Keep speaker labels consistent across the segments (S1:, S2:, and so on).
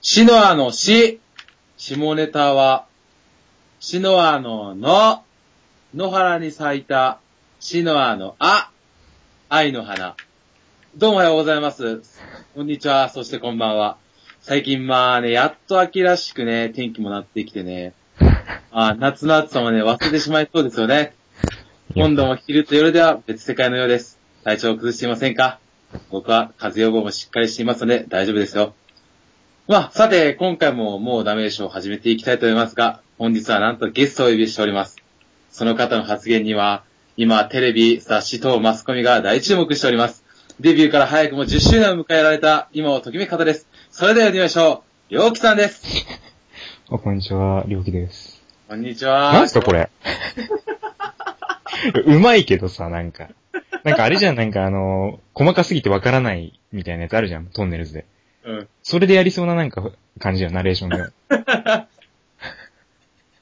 S1: シノアのし、下ネタは、シノアのの、野原に咲いた、シノアのあ、愛の花。どうもおはようございます。こんにちは、そしてこんばんは。最近まあね、やっと秋らしくね、天気もなってきてね、あ夏の暑さもね、忘れてしまいそうですよね。今度も昼と夜では別世界のようです。体調を崩していませんか僕は風邪予防もしっかりしていますので大丈夫ですよ。まあ、さて、今回ももうダメージを始めていきたいと思いますが、本日はなんとゲストをお呼びしております。その方の発言には、今、テレビ、雑誌等マスコミが大注目しております。デビューから早くも10周年を迎えられた、今をときめく方です。それでは呼んでみましょう。りょうきさんです。
S2: あ、こんにちは、りょうきです。
S1: こんにちは。
S2: なんすかこ れ。うまいけどさ、なんか。なんかあれじゃん、なんかあの、細かすぎてわからないみたいなやつあるじゃん、トンネルズで。
S1: うん。
S2: それでやりそうななんか感じよ、ナレーショ ンで。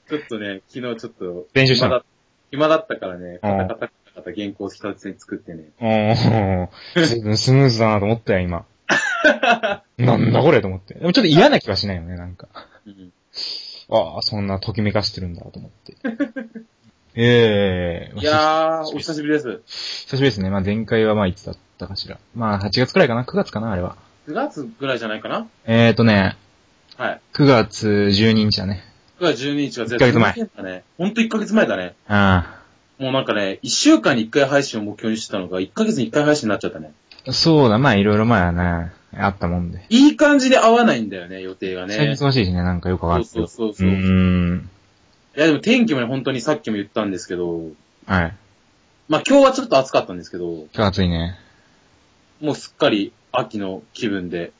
S1: ちょっとね、昨日ちょっと、
S2: 練習したの
S1: 暇だったからね、
S2: う
S1: カ
S2: ん
S1: タカタカタカタ原稿を一つに作ってね。
S2: おー、ずいぶんスムーズだなと思ったよ、今。 なんだこれと思って。でもちょっと嫌な気はしないよね、なんか。
S1: うん。
S2: ああ、そんなときめかしてるんだと 思って。ええ
S1: いやー、お久しぶりです。
S2: 久しぶりですね。まあ前回はまあいつだったかしら。まあ8月くらいかな ?9 月かなあれは。
S1: 9月ぐらいじゃないかな
S2: えーとね、
S1: はい。
S2: 9月12日だね。
S1: 9月12日は
S2: 一ヶ月前
S1: だね。ほんと1ヶ月前だね。
S2: あ
S1: もうなんかね、1週間に1回配信を目標にしてたのが、1ヶ月に1回配信になっちゃったね。
S2: あ。そうだ、まあいろいろまあね、あったもんで。
S1: いい感じで合わないんだよね、予定が
S2: 最
S1: ね。
S2: 近忙しいしね、なんかよくわかんないけ
S1: そう
S2: ど。
S1: そうそうそう
S2: うーん。
S1: いやでも天気もね、本当にさっきも言ったんですけど、
S2: はい。
S1: まあ今日はちょっと暑かったんですけど、
S2: 今日暑いね。
S1: もうすっかり秋の気分で、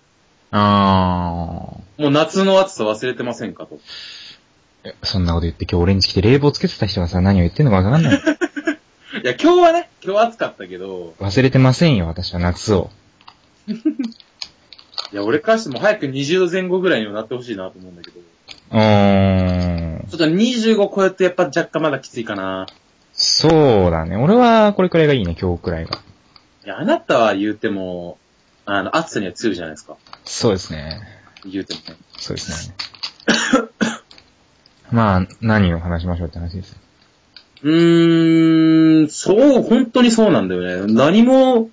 S2: あー。
S1: もう夏の暑さ忘れてませんかと。
S2: えそんなこと言って今日俺んち来て冷房つけてた人がさ、何を言ってんのかわかんない。
S1: いや今日はね、今日は暑かったけど、
S2: 忘れてませんよ、私は夏を。
S1: いや俺からしても早く20度前後ぐらいにはなってほしいなと思うんだけど、ち
S2: うーん。
S1: ょっと25超えるとやっぱ若干まだきついかな。
S2: そうだね。俺はこれくらいがいいね、今日くらいが。
S1: いや、あなたは言うても、あの、暑さには強いじゃないですか。
S2: そうですね。
S1: 言うてもね。
S2: そうですね。まあ、何を話しましょうって話ですよ。
S1: うーん、そう、本当にそうなんだよね。何も、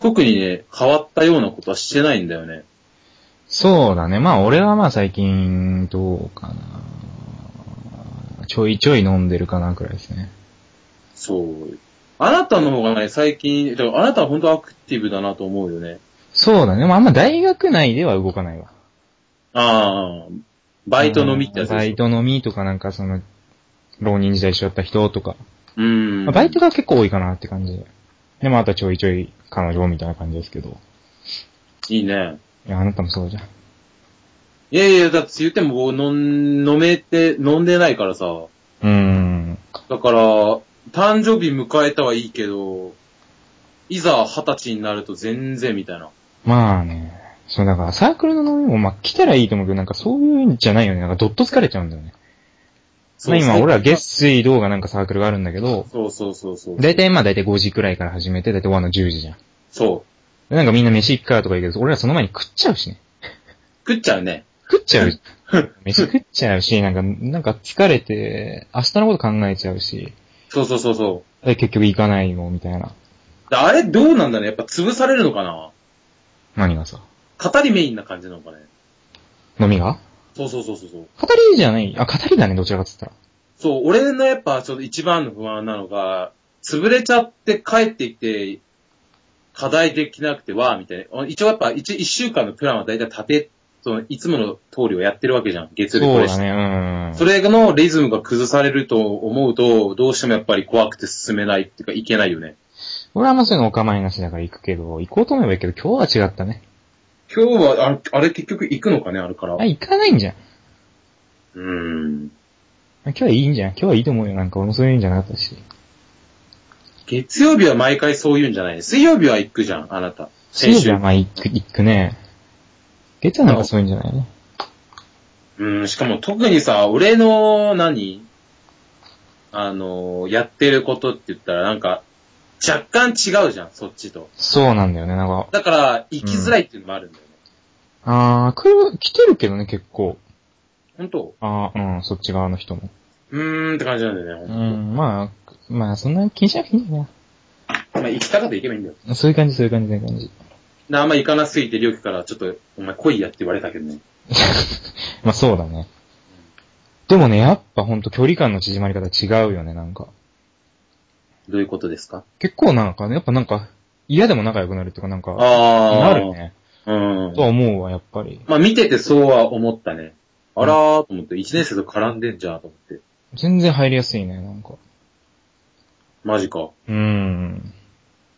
S1: 特にね、変わったようなことはしてないんだよね。
S2: そうだね。まあ、俺はまあ最近、どうかな。ちょいちょい飲んでるかな、くらいですね。
S1: そう。あなたの方がね、最近、だからあなたは本当アクティブだなと思うよね。
S2: そうだね。まあ、あんま大学内では動かないわ。
S1: ああ、バイト飲みってやつ
S2: う
S1: で
S2: んバ
S1: し
S2: イ
S1: ょ
S2: ト飲みとかなんかその、浪人時代一緒だった人とか。
S1: うーん。
S2: まあバイトが結構多いかなって感じで。で、まあ、あとはちょいちょい彼女みたいな感じですけど。
S1: いいね。
S2: いや、あなたもそうじゃん。
S1: いやいや、だって言っても僕、飲ん飲めて、飲んでないからさ。
S2: うーん。
S1: だから、誕生日迎えたはいいけど、いざ二十歳になると全然みたいな。
S2: まあね。そう、だからサークルの飲みも、まあ、来たらいいと思うけど、なんかそういうんじゃないよね。なんかどっと疲れちゃうんだよね。まあ今、俺ら月水道がなんかサークルがあるんだけど、
S1: そうそうそうそう。
S2: だいたいまあだいたい5時くらいから始めて、だいたい終わるの10時じゃん。
S1: そう。
S2: でなんかみんな飯行くからとか言うけど、俺らその前に食っちゃうしね。
S1: 食っちゃうね。
S2: 食っち ゃう。飯食っちゃうし、なんか、なんか疲れて、明日のこと考えちゃうし、
S1: そうそうそうそ
S2: で結局行かないよ、みたいな。
S1: う。であれどうなんだねやっぱ潰されるのかな
S2: 何がさ、
S1: 語りメインな感じなのかね
S2: 飲みが
S1: そうそうそうそうそう。
S2: 語りじゃないあ、語りだね、どちらかっつったら。
S1: そう、俺のやっぱちょっと一番の不安なのが、潰れちゃって帰ってきて、課題できなくてわーみたいな。一応やっぱ一一週間のプランはだいたい立て、そのいつもの通りをやってるわけじゃん。月曜日こ
S2: そう
S1: れ
S2: だね、うん。
S1: それのリズムが崩されると思うと、どうしてもやっぱり怖くて進めないっていうか、いけないよね。
S2: 俺はあんまそういうのお構いなしだから行くけど、行こうと思えばいいけど、今日は違ったね。
S1: 今日は、あれ、あれ結局行くのかね、あれから。
S2: あ、行かないんじゃん。
S1: うーん。
S2: 今日はいいんじゃん。今日はいいと思うよ。なんか俺もそういうんじゃなかったし。
S1: 月曜日は毎回そういうんじゃないね。水曜日は行くじゃん、あなた。先
S2: 水曜
S1: 週
S2: 日はまあ行く、行くね。月曜なんかそういうんじゃないね。
S1: うん、しかも特にさ、俺の何、あのーやってることって言ったらなんか、若干違うじゃん、そっちと。
S2: そうなんだよね。なんか、
S1: だから、行きづらいっていうのもあるんだよね。
S2: あー、来る、来てるけどね、結構。
S1: ほんと
S2: あー、うん、そっち側の人も。
S1: うーんって感じなんだよね。
S2: う
S1: ほと
S2: ん、まあ、まあ、そんな気にしなくていいな。
S1: まあ、行きたかったら行けばいいんだよ。
S2: そういう感じ、そういう感じ、そういう感じ。
S1: であんま行かなすぎて、りょうきから、ちょっと、お前来いやって言われたけどね。
S2: まあ、そうだね。でもね、やっぱほんと距離感の縮まり方違うよね、なんか。
S1: どういうことですか
S2: 結構なんかね、やっぱなんか、嫌でも仲良くなるっていうか、なんか、
S1: あ
S2: なる。ね。
S1: うん
S2: と。は思うわ、やっぱり。
S1: まあ見ててそうは思ったね。あらーと思って、一年生と絡んでんじゃんと思って。
S2: 全然入りやすいね、なんか。
S1: マジか。
S2: うーん。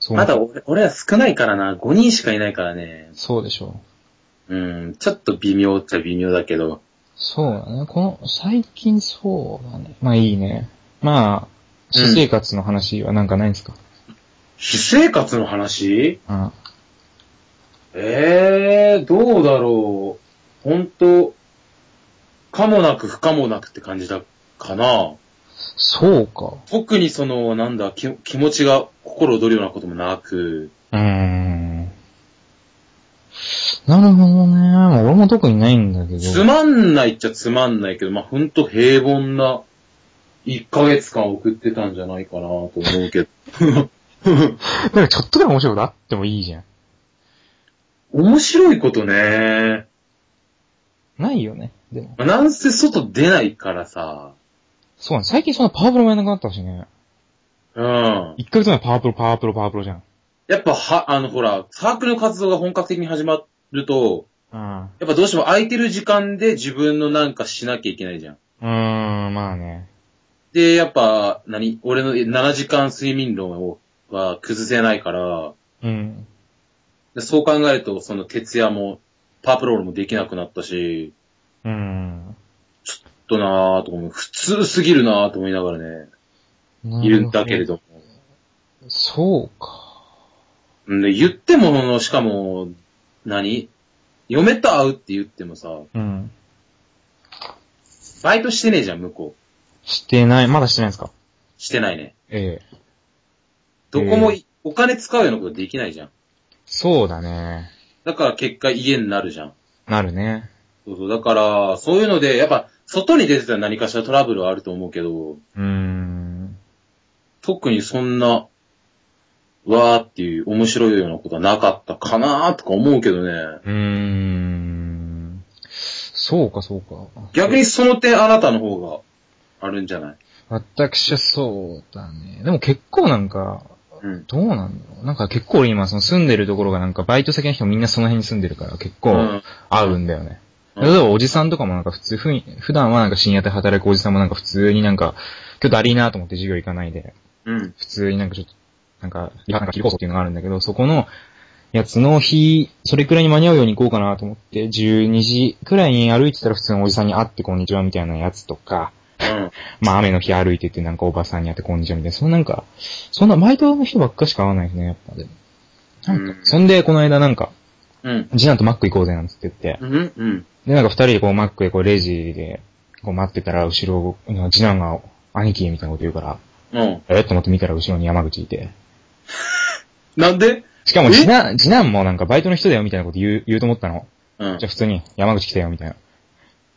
S2: そう。
S1: まだ俺、俺は少ないからな、5人しかいないからね。
S2: そうでしょ
S1: うん、ちょっと微妙っちゃ微妙だけど。
S2: そうだね。この、最近そうだね。まあいいね。まあ、私生活の話はなんかないんですか、
S1: 私生活の話
S2: あ
S1: ええー、どうだろう。ほんと、かもなく不可もなくって感じだ、かな。
S2: そうか。
S1: 特にその、なんだ、き気持ちが心躍るようなこともなく、
S2: うーん。なるほどね。まあ俺も特にないんだけど。
S1: つまんないっちゃつまんないけど、まあ、ほんと平凡な1ヶ月間送ってたんじゃないかなと思うけど。
S2: なんかちょっとでも面白いことあってもいいじゃん。
S1: 面白いことね。
S2: ないよね。でも。
S1: まあなんせ外出ないからさ。
S2: そうなん最近そんなパワープロもやんなくなったしね。
S1: うん。
S2: 1ヶ月前パワープロ、パワープロ、パワープロじゃん。
S1: やっぱは、あのほら、サークルの活動が本格的に始まると、
S2: うん。
S1: やっぱどうしても空いてる時間で自分のなんかしなきゃいけないじゃん。
S2: うーん、まあね。
S1: で、やっぱ、何俺の7時間睡眠論を、は崩せないから、
S2: うん。
S1: でそう考えると、その徹夜も、パープロールもできなくなったし、
S2: うん。
S1: ちょっとなぁと思う。普通すぎるなぁと思いながらね、いるんだけれども。
S2: そうか。
S1: うんで言っても、あのしかも、何嫁と会うって言ってもさ、
S2: うん。
S1: バイトしてねえじゃん、向こう。
S2: してない、まだしてないですか
S1: してないね。
S2: ええ。
S1: どこもい、お金使うようなことできないじゃん。
S2: そうだね。
S1: だから結果家になるじゃん。
S2: なるね。
S1: そうそう。だから、そういうので、やっぱ、外に出てたら何かしらトラブルはあると思うけど、
S2: うーん。
S1: 特にそんな、わーっていう面白いようなことはなかったかなーとか思うけどね。
S2: うーん。そうか、そうか。
S1: 逆にその点あなたの方があるんじゃない
S2: 私はそうだね。でも結構なんか、
S1: うん。
S2: どうなんだろう。なんか結構俺今、その住んでるところがなんかバイト先の人みんなその辺に住んでるから結
S1: う
S2: 構
S1: ん。
S2: 合うんだよね。
S1: うん
S2: 例えばおじさんとかもなんか普通、ふん普段はなんか深夜で働くおじさんもなんか普通になんか、今日だりーなと思って授業行かないで、
S1: うん。
S2: 普通になんかちょっと、なんか、リハなんか昼放送っていうのがあるんだけど、そこのやつの日、それくらいに間に合うように行こうかなと思って、12時くらいに歩いてたら普通のおじさんに会ってこんにちはみたいなやつとか、
S1: うん。
S2: まあ雨の日歩いててなんかおばさんに会ってこんにちはみたいな、そのなんか、そんなバイトの人ばっかしか会わないですね、やっぱでも。なん
S1: う
S2: か
S1: ん、
S2: そんでこの間なんか、
S1: うん。
S2: 次男とマック行こうぜなんつって言って、
S1: うん。うん。
S2: でなんか二人でこうマックでこうレジでこう待ってたら後ろを、なんか次男が兄貴みたいなこと言うから、
S1: うん。
S2: えっと思って見たら後ろに山口いて。
S1: なんで
S2: しか
S1: え
S2: も次男、次男もなんかバイトの人だよみたいなこと言う、言うと思ったの。
S1: うん
S2: じゃあ。普通に山口来たよみたいな。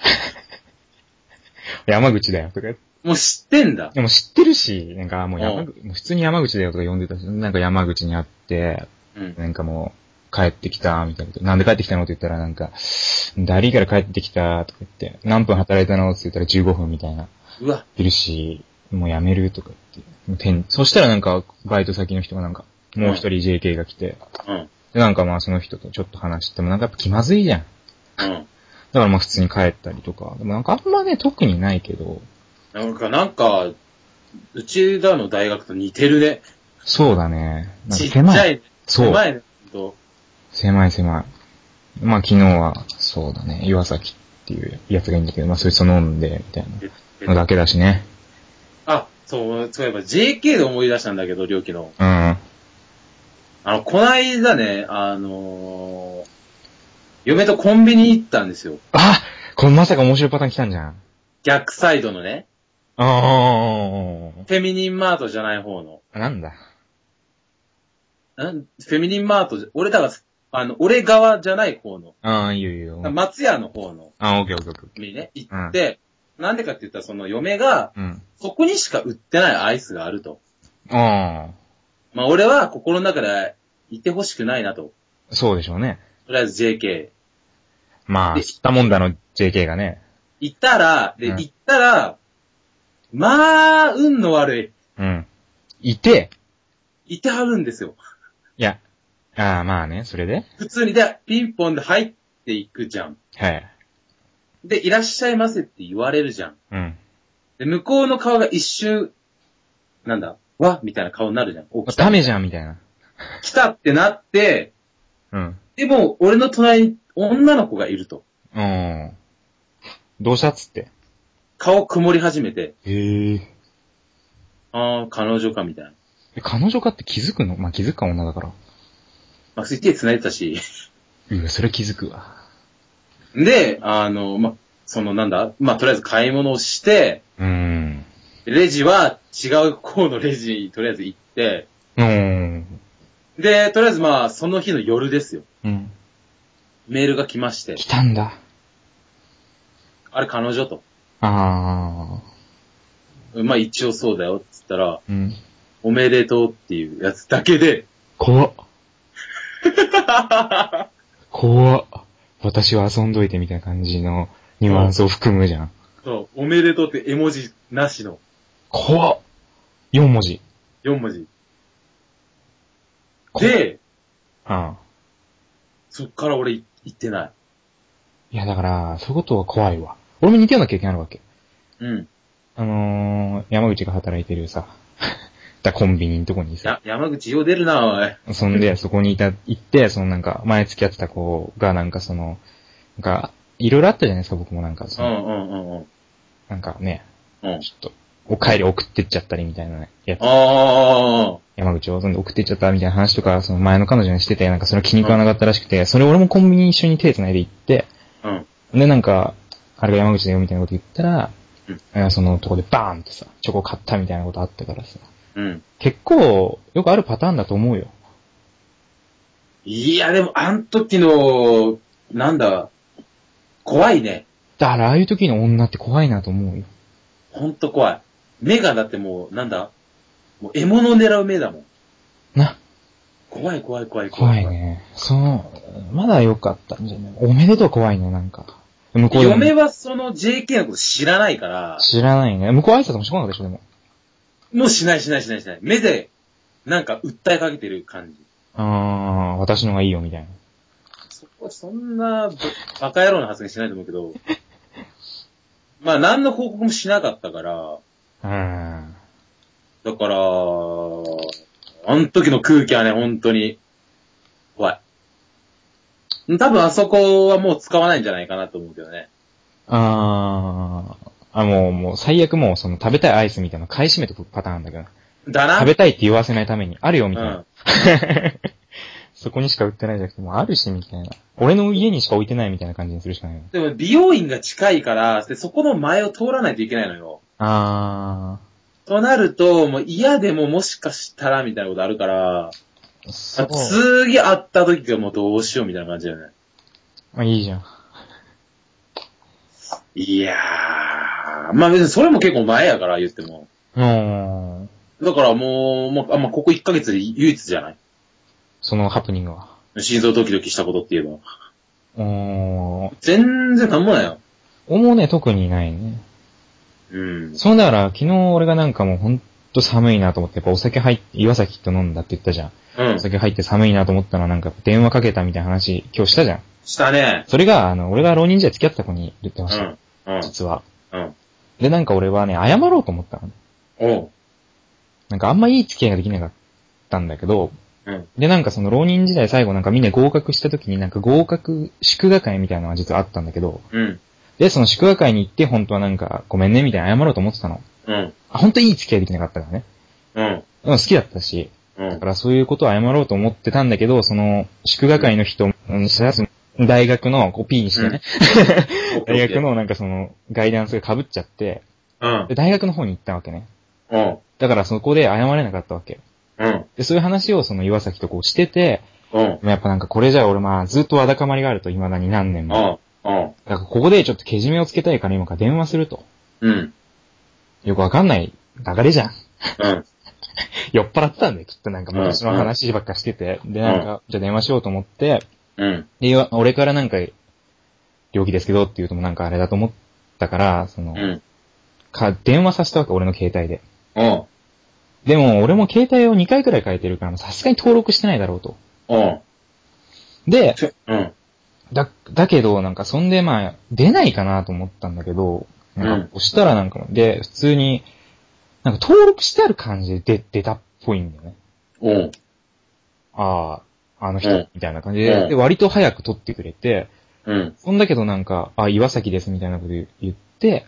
S2: 山口だよとか言って
S1: もう知ってんだ。
S2: でも知ってるし、なんかもう山口、普通に山口だよとか呼んでたし、なんか山口に会って、
S1: うん。
S2: なんかもう、帰ってきた、みたいなこと。なんで帰ってきたのって言ったら、なんか、ダリーから帰ってきた、とか言って、何分働いたのって言ったら15分みたいな。
S1: うわ。
S2: いるし、もうやめるとか言ってもうてん。そしたらなんか、バイト先の人がなんか、もう一人 JK が来て、
S1: うん。
S2: で、なんかまあその人とちょっと話しても、なんかやっぱ気まずいじゃん。
S1: うん。
S2: だからまあ普通に帰ったりとか。でもなんかあんまね、特にないけど、
S1: なんか、なんか、うちらの大学と似てるね。
S2: そうだね。なん
S1: ち
S2: か
S1: っちゃ
S2: 狭い。
S1: い。
S2: そう。
S1: 狭いね。ほんと
S2: 狭い狭い。まあ昨日は、そうだね、岩崎っていうやつがいいんだけど、まあそいつと飲んで、みたいなのだけだしね。
S1: あ、そう、そういえば JK で思い出したんだけど、りょうきの。
S2: うん。
S1: あの、こないだね、あのー、嫁とコンビニ行ったんですよ。
S2: あこれまさか面白いパターン来たんじゃん。
S1: 逆サイドのね、
S2: あ
S1: フェミニンマートじゃない方の。
S2: あ。なんだ。
S1: んフェミニンマートじゃ、俺だから、あの、俺側じゃない方の、
S2: ああ、いいよいいよ。
S1: 松屋の方の
S2: ああ、オッケーオッケーオッケー。
S1: にね、行って、なんでかって言ったらその嫁が、
S2: うん。
S1: そこにしか売ってないアイスがあると。
S2: あ
S1: まあ俺は心の中で行ってほしくないなと。
S2: あ、そうでしょうね。
S1: とりあえず JK。
S2: まあ、
S1: で
S2: 知ったもんだの JK がね。
S1: 行ったら、で、
S2: うん
S1: 行ったら、まあ、運の悪
S2: うん。いて、
S1: い。いてはるんですよ。
S2: いや、ああ、まあね、それで
S1: 普通にで、ピンポンで入っていくじゃん。
S2: はい。
S1: で、いらっしゃいませって言われるじゃん。
S2: うん。
S1: で、向こうの顔が一瞬、なんだ、わみたいな顔になるじゃん。お来た
S2: ダメじゃん、みたいな。
S1: 来たってなって、
S2: うん。
S1: でも、俺の隣に女の子がいると。
S2: うん。どうしたっつって。
S1: 顔曇り始めて、
S2: へえ。
S1: ああ、彼女か、みたいな。
S2: 彼女かって気づくのまあ、気づくか、女だから。
S1: まあ、手繋いでたし。
S2: うわ、それ気づくわ。
S1: で、あの、まあ、そのなんだ、まあ、とりあえず買い物をして、
S2: うーん。
S1: レジは違う方のレジにとりあえず行って、
S2: うーん。
S1: で、とりあえずまあ、その日の夜ですよ。
S2: うん。
S1: メールが来まして
S2: 来、たんだ。
S1: あれ彼女と。
S2: あ
S1: まあ一応そうだよ、つったら、
S2: ー。うん。
S1: おめでとうっていうやつだけで、
S2: 怖っ。 怖っ。私は遊んどいてみたいな感じのニュアンスを含むじゃん。
S1: そう、おめでとうって絵文字なしの
S2: 怖っ。4文字。
S1: 4文字。
S2: 怖っ、
S1: で、
S2: ああ。
S1: そっから俺い行ってない。
S2: いやだから、そういうことは怖いわ。俺も似たような経験あるわけ。
S1: うん。
S2: あのー、山口が働いてるさ、 だコンビニのとこにさ、
S1: や、山口よう出るな、おい。
S2: そんで、そこにいた、行って、そのなんか、前付き合ってた子がなんかその、なんか、いろいろあったじゃないですか、僕もなんか、
S1: う
S2: そ
S1: んう
S2: の、
S1: んうんうん。
S2: なんかね、
S1: うん。
S2: ちょっと、お帰り送ってっちゃったりみたいなやつ、
S1: あ
S2: 山口をそんで送ってっちゃったみたいな話とか、その前の彼女にしてて、なんかそれ気に食わなかったらしくて、それ俺もコンビニ一緒に手繋いで行って、
S1: あ、うん。
S2: で、なんか、あれが山口だよみたいなこと言ったら、あそのとこでバーンってさ、チョコ買ったみたいなことあったからさ、
S1: うん。
S2: 結構、よくあるパターンだと思うよ。
S1: いや、でも、あの時の、なんだ、怖いね。
S2: だから、ああいう時の女って怖いなと思うよ。
S1: ほんと怖い。目がだってもう、なんだ、もう獲物を狙う目だもん。
S2: な、
S1: 怖い怖い怖い
S2: 怖い。ね。その、まだ良かったんじゃないおめでとう怖いね、なんか。向こうでも
S1: 嫁はその JK のこと知らないから、
S2: 知らないね。向こう挨拶もしてこなかったでしょ、でも。
S1: もうしないしないしないしない。目で、なんか訴えかけてる感じ。
S2: あー、私のがいいよ、みたいな。
S1: そこ、そんな、バカ野郎の発言しないと思うけど、まあ、何の報告もしなかったから、
S2: うーん。
S1: だから、あの時の空気はね、本当に、怖い。多分あそこはもう使わないんじゃないかなと思うけどね。
S2: あー、あ、もう、もう、最悪もう、その、食べたいアイスみたいなの買い占めとくパターンだけど。
S1: だな
S2: 食べたいって言わせないために、あるよ、みたいな。
S1: うん。
S2: そこにしか売ってないじゃなくて、もうあるし、みたいな。俺の家にしか置いてないみたいな感じにするしかないよ。
S1: でも美容院が近いから、でそこの前を通らないといけないのよ。
S2: あ
S1: となると、もう嫌でももしかしたらみたいなことあるから、
S2: ー、そう。
S1: 次会った時がもうどうしようみたいな感じだよね。
S2: まあ、いいじゃん。
S1: いやー、まあ別にそれも結構前やから言っても。
S2: うーん。
S1: だからもう、もうあまあ、ここ1ヶ月で唯一じゃない
S2: そのハプニングは。
S1: 心臓ドキドキしたことって言えば。
S2: うーん。
S1: 全然なんもないよ。
S2: 俺もね、特にないね。
S1: うん。
S2: そうだから、昨日俺がなんかもうほんと寒いなと思って、やっぱお酒入って、岩崎と飲んだって言ったじゃん。
S1: うん
S2: お。酒入って寒いなと思ったのはなんか電話かけたみたいな話、今日したじゃん。
S1: したね。
S2: それが、あの、俺が浪人時代付き合ってた子に言って
S1: う
S2: ました。
S1: ん。うん。
S2: 実は。
S1: うん。
S2: で、なんか俺はね、謝ろうと思ったの。
S1: おう。
S2: なんかあんまいい付き合いができなかったんだけど、
S1: うん。
S2: で、なんかその浪人時代最後なんかみんな合格した時になんか合格祝賀会みたいなのが実はあったんだけど、
S1: うん。
S2: で、その祝賀会に行って本当はなんかごめんねみたいな謝ろうと思ってたの。
S1: うん。
S2: あ、本当いい付き合いできなかったからね。
S1: うん。
S2: うん、好きだったし。
S1: う
S2: だ
S1: ん
S2: か。らそういうことを謝ろうと思ってたんだけど、その、祝賀会の人、うん、したやつ大学の、こう P にしてね、大学のなんかその、ガイダンスが被っちゃって、
S1: うん。
S2: で大学の方に行ったわけね。
S1: うん。
S2: だからそこで謝れなかったわけ。
S1: うん。
S2: で、そういう話をその岩崎とこうしてて、
S1: ううん。
S2: やっぱなんかこれじゃ俺まあずっとわだかまりがあると未だに何年
S1: う
S2: も。
S1: ん。うん。
S2: だからここでちょっとけじめをつけたいから今から電話すると。
S1: うん。
S2: よくわかんない流れじゃん。
S1: うん。
S2: 酔っ払ってたんで、きっとなんか昔の話ばっかしてて。で、なんか、じゃあ電話しようと思って、
S1: うん。
S2: で、よ俺からなんか、病気ですけどって言うともなんかあれだと思ったから、その、
S1: うん。
S2: か、電話させたわけ、俺の携帯で。
S1: うん。
S2: でも、俺も携帯を2回くらい変えてるから、さすがに登録してないだろうと。
S1: うん。
S2: で、
S1: うん。
S2: だ、だけど、なんか、そんで、まあ、出ないかなと思ったんだけど、なんか、押したらなんか、で、普通に、なんか、登録してある感じで出、出たっぽいんだよね。
S1: うん。
S2: ああ、あの
S1: うん
S2: 人、みたいな感じで、
S1: うん
S2: で、割と早く取ってくれて、
S1: うん。
S2: そんだけどなんか、あ、岩崎です、みたいなこと言って、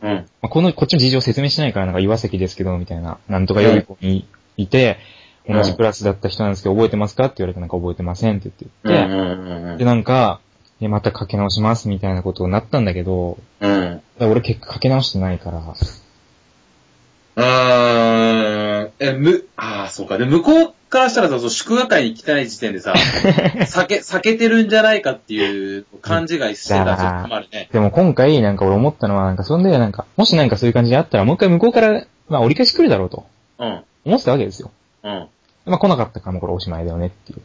S1: うん。
S2: まあ、この、こっちの事情を説明しないから、なんか岩崎ですけど、みたいな、なんとか予備校にいて、
S1: うん
S2: 同じクラスだった人なんですけど、覚えてますかって言われて、なんか覚えてませんって
S1: うん。う
S2: 言って、
S1: ん。
S2: で、なんか、いやまたかけ直します、みたいなことになったんだけど、
S1: うん。
S2: だから俺結果かけ直してないから、
S1: うん。え、む、ああ、そうか。で、向こうからしたらさ、そう祝賀会に来てない時点でさ、避け、避けてるんじゃないかっていう勘違いしてたらちょっと困るね。
S2: でも今回、なんか俺思ったのは、なんかそんで、なんか、もしなんかそういう感じであったら、もう一回向こうから、まあ折り返し来るだろうと、
S1: うん。
S2: 思ってたわけですよ。
S1: うん。
S2: まあ来なかったからもうこれおしまいだよねっていう。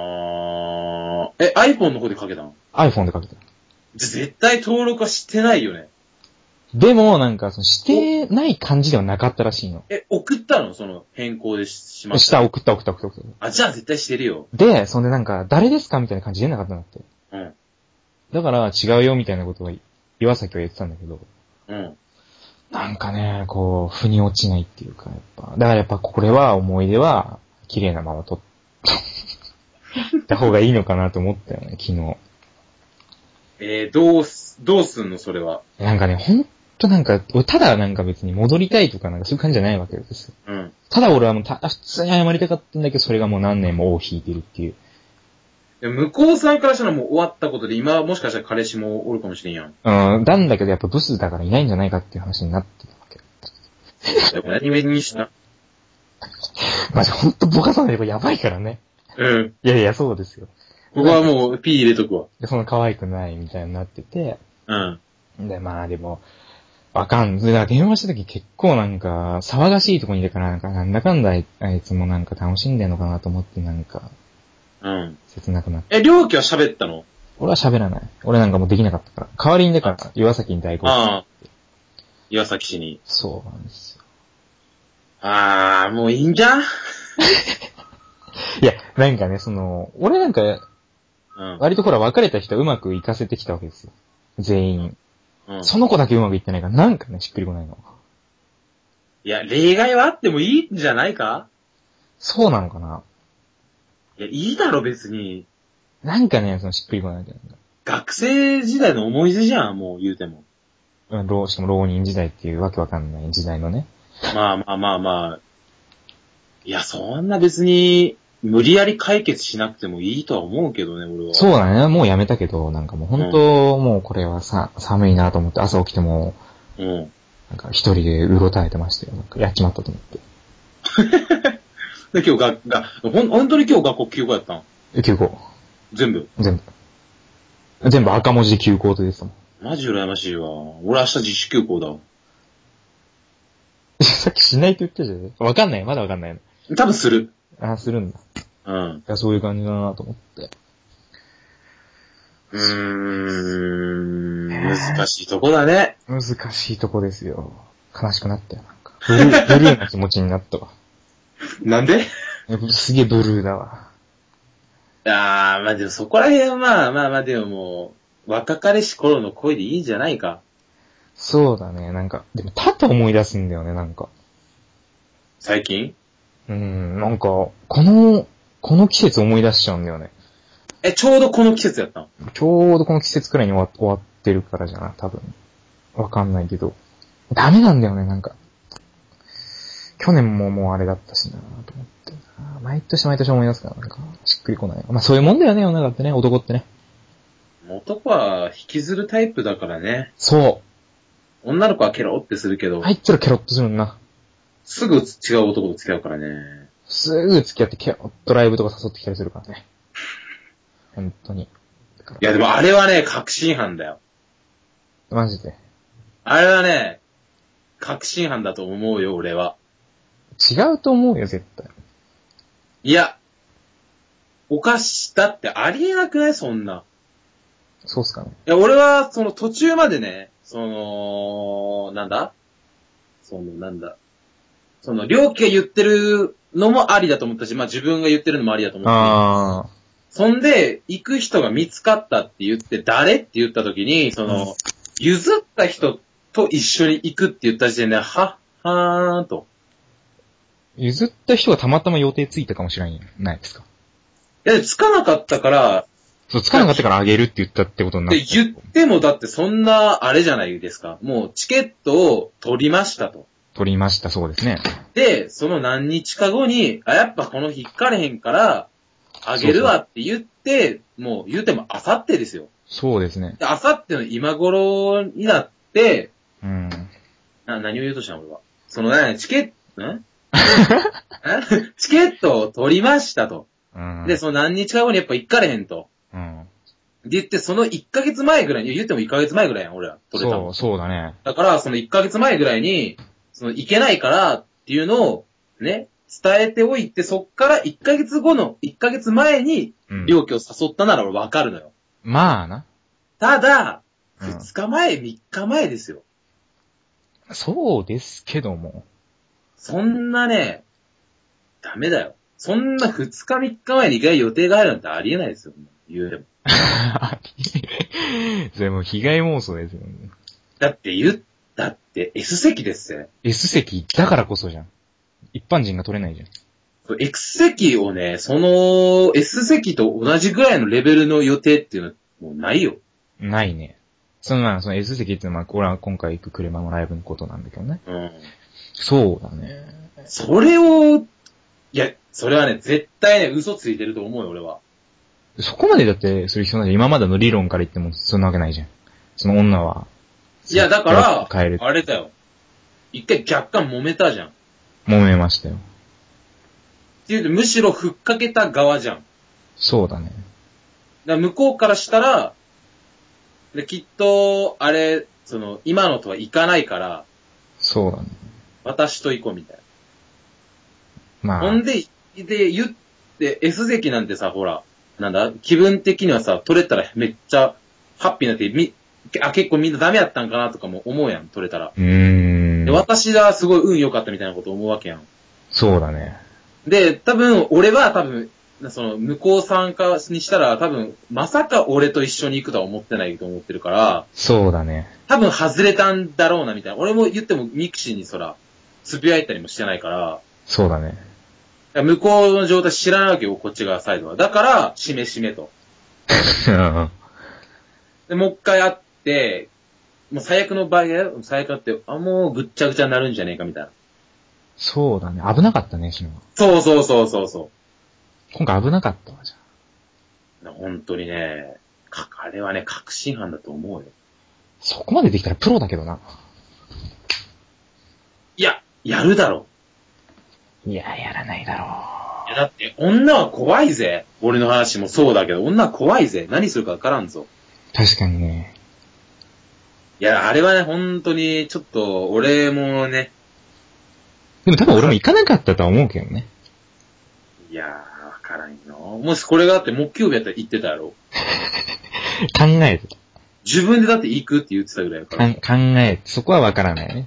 S1: あー。え、iPhone の方でかけたの
S2: iPhone でかけてる。
S1: じゃ絶対登録はしてないよね。
S2: でも、なんか、そのしてない感じではなかったらしいの。
S1: え、送ったのその変更でししました。
S2: 下送った送った送った送っ
S1: あ、じゃあ絶対してるよ。
S2: た。で、そんでなんか、誰ですかみたいな感じ出なかったんだって。
S1: うん。
S2: だから、違うよみたいなことを岩崎は言ってたんだけど、
S1: うん。
S2: なんかね、こう、腑に落ちないっていうか、やっぱ。だからやっぱ、これは思い出は、綺麗なまま 撮った方がいいのかなと思ったよね、昨日。
S1: えー、どうす、どうすんのそれは。
S2: なんかね、ほんとなんか、俺ただなんか別に戻りたいとかなんかそういう感じじゃないわけですよ。
S1: うん。
S2: ただ俺はもうた、普通に謝りたかったんだけど、それがもう何年も尾を引いてるっていう。
S1: で向こうさんからしたらもう終わったことで、今はもしかしたら彼氏もおるかもしれんや ん。
S2: うん、なんだけどやっぱブスだからいないんじゃないかっていう話になってたわ
S1: で
S2: け。
S1: も何目に した
S2: マジほんとぼかさないとやばいからね。
S1: うん。
S2: いやいや、そうですよ。
S1: ここはもう P 入れとくわ。
S2: で、その可愛くないみたいになってて、
S1: うん。
S2: で、まあでも、わかん、で、だから電話した時結構なんか、騒がしいとこにいるから、なんか、なんだかんだあいあいつもなんか楽しんでんのかなと思って、なんか、
S1: うん。
S2: 切なくなって。
S1: え、両家は喋ったの
S2: 俺は喋らない。俺なんかもうできなかったから。代わりにだから、岩崎に代行して。
S1: ああ。岩崎氏に。
S2: そうなんですよ。
S1: あー、もういいんじゃん
S2: いや、なんかね、その、俺なんか、
S1: うん。
S2: 割とほら別れた人はうまくいかせてきたわけですよ。全員。
S1: うん。
S2: その子だけうまくいってないから、なんかね、しっくりこないの。
S1: いや、例外はあってもいいんじゃないか
S2: そうなのかない
S1: や、いいだろ別に。
S2: なんかね、そのしっくりこないじゃない
S1: 学生時代の思い出じゃん、もう言うても。
S2: うん老しかも浪人時代っていうわけわかんない時代のね。
S1: まあまあまあまあ。いや、そんな別に、無理やり解決しなくてもいいとは思うけどね、俺は。
S2: そうだね、もうやめたけど、なんかもう本当、もうこれはさ、寒いなと思って朝起きても、
S1: う。うん。
S2: なんか一人でうろたえてましたよ。なんかやっちまったと思って。
S1: で、今日が、が、ほん、本当に今日学校休校やったん
S2: え休校。
S1: 全部。
S2: 全部。全部赤文字で休校と出てたもん。
S1: マジ羨ましいわ。俺明日自主休校だわ。
S2: さっきしないと言ったじゃん。わかんない、まだわかんないの。
S1: 多分する。
S2: あ、するんだ。い
S1: うん。
S2: や、そういう感じだなと思って。
S1: うーん。難しいとこだね。
S2: 難しいとこですよ。悲しくなったよ、なんか。ブルー、 ブルーな気持ちになったわ。
S1: なんで
S2: え すげえブルーだわ。
S1: あー、まあでもそこら辺はまあまあまあでももう、若彼氏頃の恋でいいんじゃないか。
S2: そうだね、なんか、でも、たと思い出すんだよね、なんか。
S1: 最近
S2: うん、なんか、この、この季節思い出しちゃうんだよね。
S1: え、ちょうどこの季節やったの
S2: ちょうどこの季節くらいに終わ終わってるからじゃな、多分。わかんないけど。ダメなんだよね、なんか。去年ももうあれだったしなと思ってな毎年毎年思い出すから、なんか、しっくりこない。まあそういうもんだよね、世の中ってね、男ってね。
S1: 男は引きずるタイプだからね。
S2: そ
S1: 女の子はケロってするけど、
S2: う。入ったらケロッとするんな。
S1: すぐ違う男と付き合うからね。
S2: すぐ付き合って、キャッとライブとか誘ってきたりするからね。本当に。
S1: いや、でもあれはね、確信犯だよ。
S2: マジで。
S1: あれはね、確信犯だと思うよ、俺は。
S2: 違うと思うよ、絶対。
S1: いや、おかし、だってありえなくないそんな。
S2: そうっすかね。
S1: いや、俺は、その途中までね、その、なんだその、なんだ。その、両家が言ってるのもありだと思ったし、まあ自分が言ってるのもありだと思って。
S2: あ
S1: そんで、行く人が見つかったって言って、誰って言った時に、その、譲った人と一緒に行くって言った時点で、は、はーんと。
S2: ー。譲った人がたまたま予定ついたかもしれない、ないですか。
S1: いや、つかなかったから、
S2: そう、つかなかったからあげるって言ったってことになっ
S1: で、
S2: て。
S1: 言ってもだってそんな、あれじゃないですか。もうチケットを取りましたと。
S2: 取りました、そうですね。
S1: で、その何日か後に、あ、やっぱこの日行かれへんから、あげるわって言って、もう言うてもあさってですよ。
S2: そうですね。
S1: で、あさっての今頃になって、
S2: うん。
S1: な、何を言うとしたの俺は。その、ね、チケット、ん んチケットを取りましたと。
S2: うん。
S1: で、その何日か後にやっぱ行かれへんと。
S2: うん。で
S1: で言って、その1ヶ月前ぐらいに、言っても1ヶ月前ぐらいやん、俺ら。取れたの
S2: そう、そうだね。
S1: だから、その1ヶ月前ぐらいに、その、行けないからっていうのを、ね、伝えておいて、そっから1ヶ月後の、1ヶ月前に、
S2: うん。
S1: 両家を誘ったなら俺わかるのよ。
S2: まあな。
S1: ただ、
S2: うん
S1: 2日前、3日前ですよ。
S2: そうですけども。
S1: そんなね、ダメだよ。そんな2日3日前に一回予定があるなんてありえないですよ。言うでも。
S2: それもう被害妄想ですよね。
S1: だって言っだって、S 席ですよ。
S2: S 席だからこそじゃん。一般人が取れないじゃん。
S1: X 席をね、その S 席と同じぐらいのレベルの予定っていうのはもうないよ。
S2: ないね。そのまあ、その S 席っていうのは、これは今回行く車のライブのことなんだけどね。
S1: うん。
S2: そうだね。
S1: それを、いや、それはね、絶対ね、嘘ついてると思うよ、俺は。
S2: そこまでだってする必要ないじゃん。今までの理論から言っても、そんなわけないじゃん。その女は。
S1: いや、だから、
S2: 変える。
S1: あれだよ。一回若干揉めたじゃん。っ
S2: 揉めましたよ。
S1: ていうと、むしろふっかけた側じゃん。だか
S2: そうだね。
S1: ら向こうからしたら、できっと、あれ、その、今のとはいかないから、
S2: そうだね。
S1: 私と行こうみたいな。
S2: ま
S1: ほ
S2: あ
S1: ん、で、で、言って、S 席なんてさ、ほら、なんだ、気分的にはさ、取れたらめっちゃハッピーになって、み、あ、結構みんなダメやったんかなとかも思うやん、取れたら。
S2: うー
S1: で、
S2: ん。
S1: 私がすごい運良かったみたいなこと思うわけやん。
S2: そうだね。
S1: で、多分、俺は多分、その、向こう参加にしたら、多分、まさか俺と一緒に行くとは思ってないと思ってるから、
S2: そうだね。
S1: 多分外れたんだろうな、みたいな。俺も言ってもミクシーにそら、呟いたりもしてないから、
S2: そうだね。
S1: だから向こうの状態知らないわけよ、こっち側サイドは。だから、しめしめと。
S2: うん
S1: で、もう一回会って、もう最悪の場合だよ。最悪だって、あ、もうぐっちゃぐちゃになるんじゃねえか、みたいな。
S2: そうだね。危なかったね、シノは。
S1: そうそうそうそうそう。
S2: 今回危なかったわ、じゃあ
S1: 本当にね、か、あれはね、確信犯だと思うよ。
S2: そこまでできたらプロだけどな。
S1: いや、やるだろ。
S2: いや、やらないだろ
S1: いや、だって、女は怖いぜ。俺の話もそうだけど、女は怖いぜ。何するかわからんぞ。
S2: う。確かにね。
S1: いや、あれはね、本当に、ちょっと、俺もね、
S2: でも多分俺も行かなかったとは思うけどね。
S1: いやー、わからんよ。もしこれがあって、木曜日やったら行ってたやろ。
S2: 考えて
S1: 自分でだって行くって言ってたぐらいやか
S2: た。
S1: ら。
S2: かん考えて、そこはわからないね。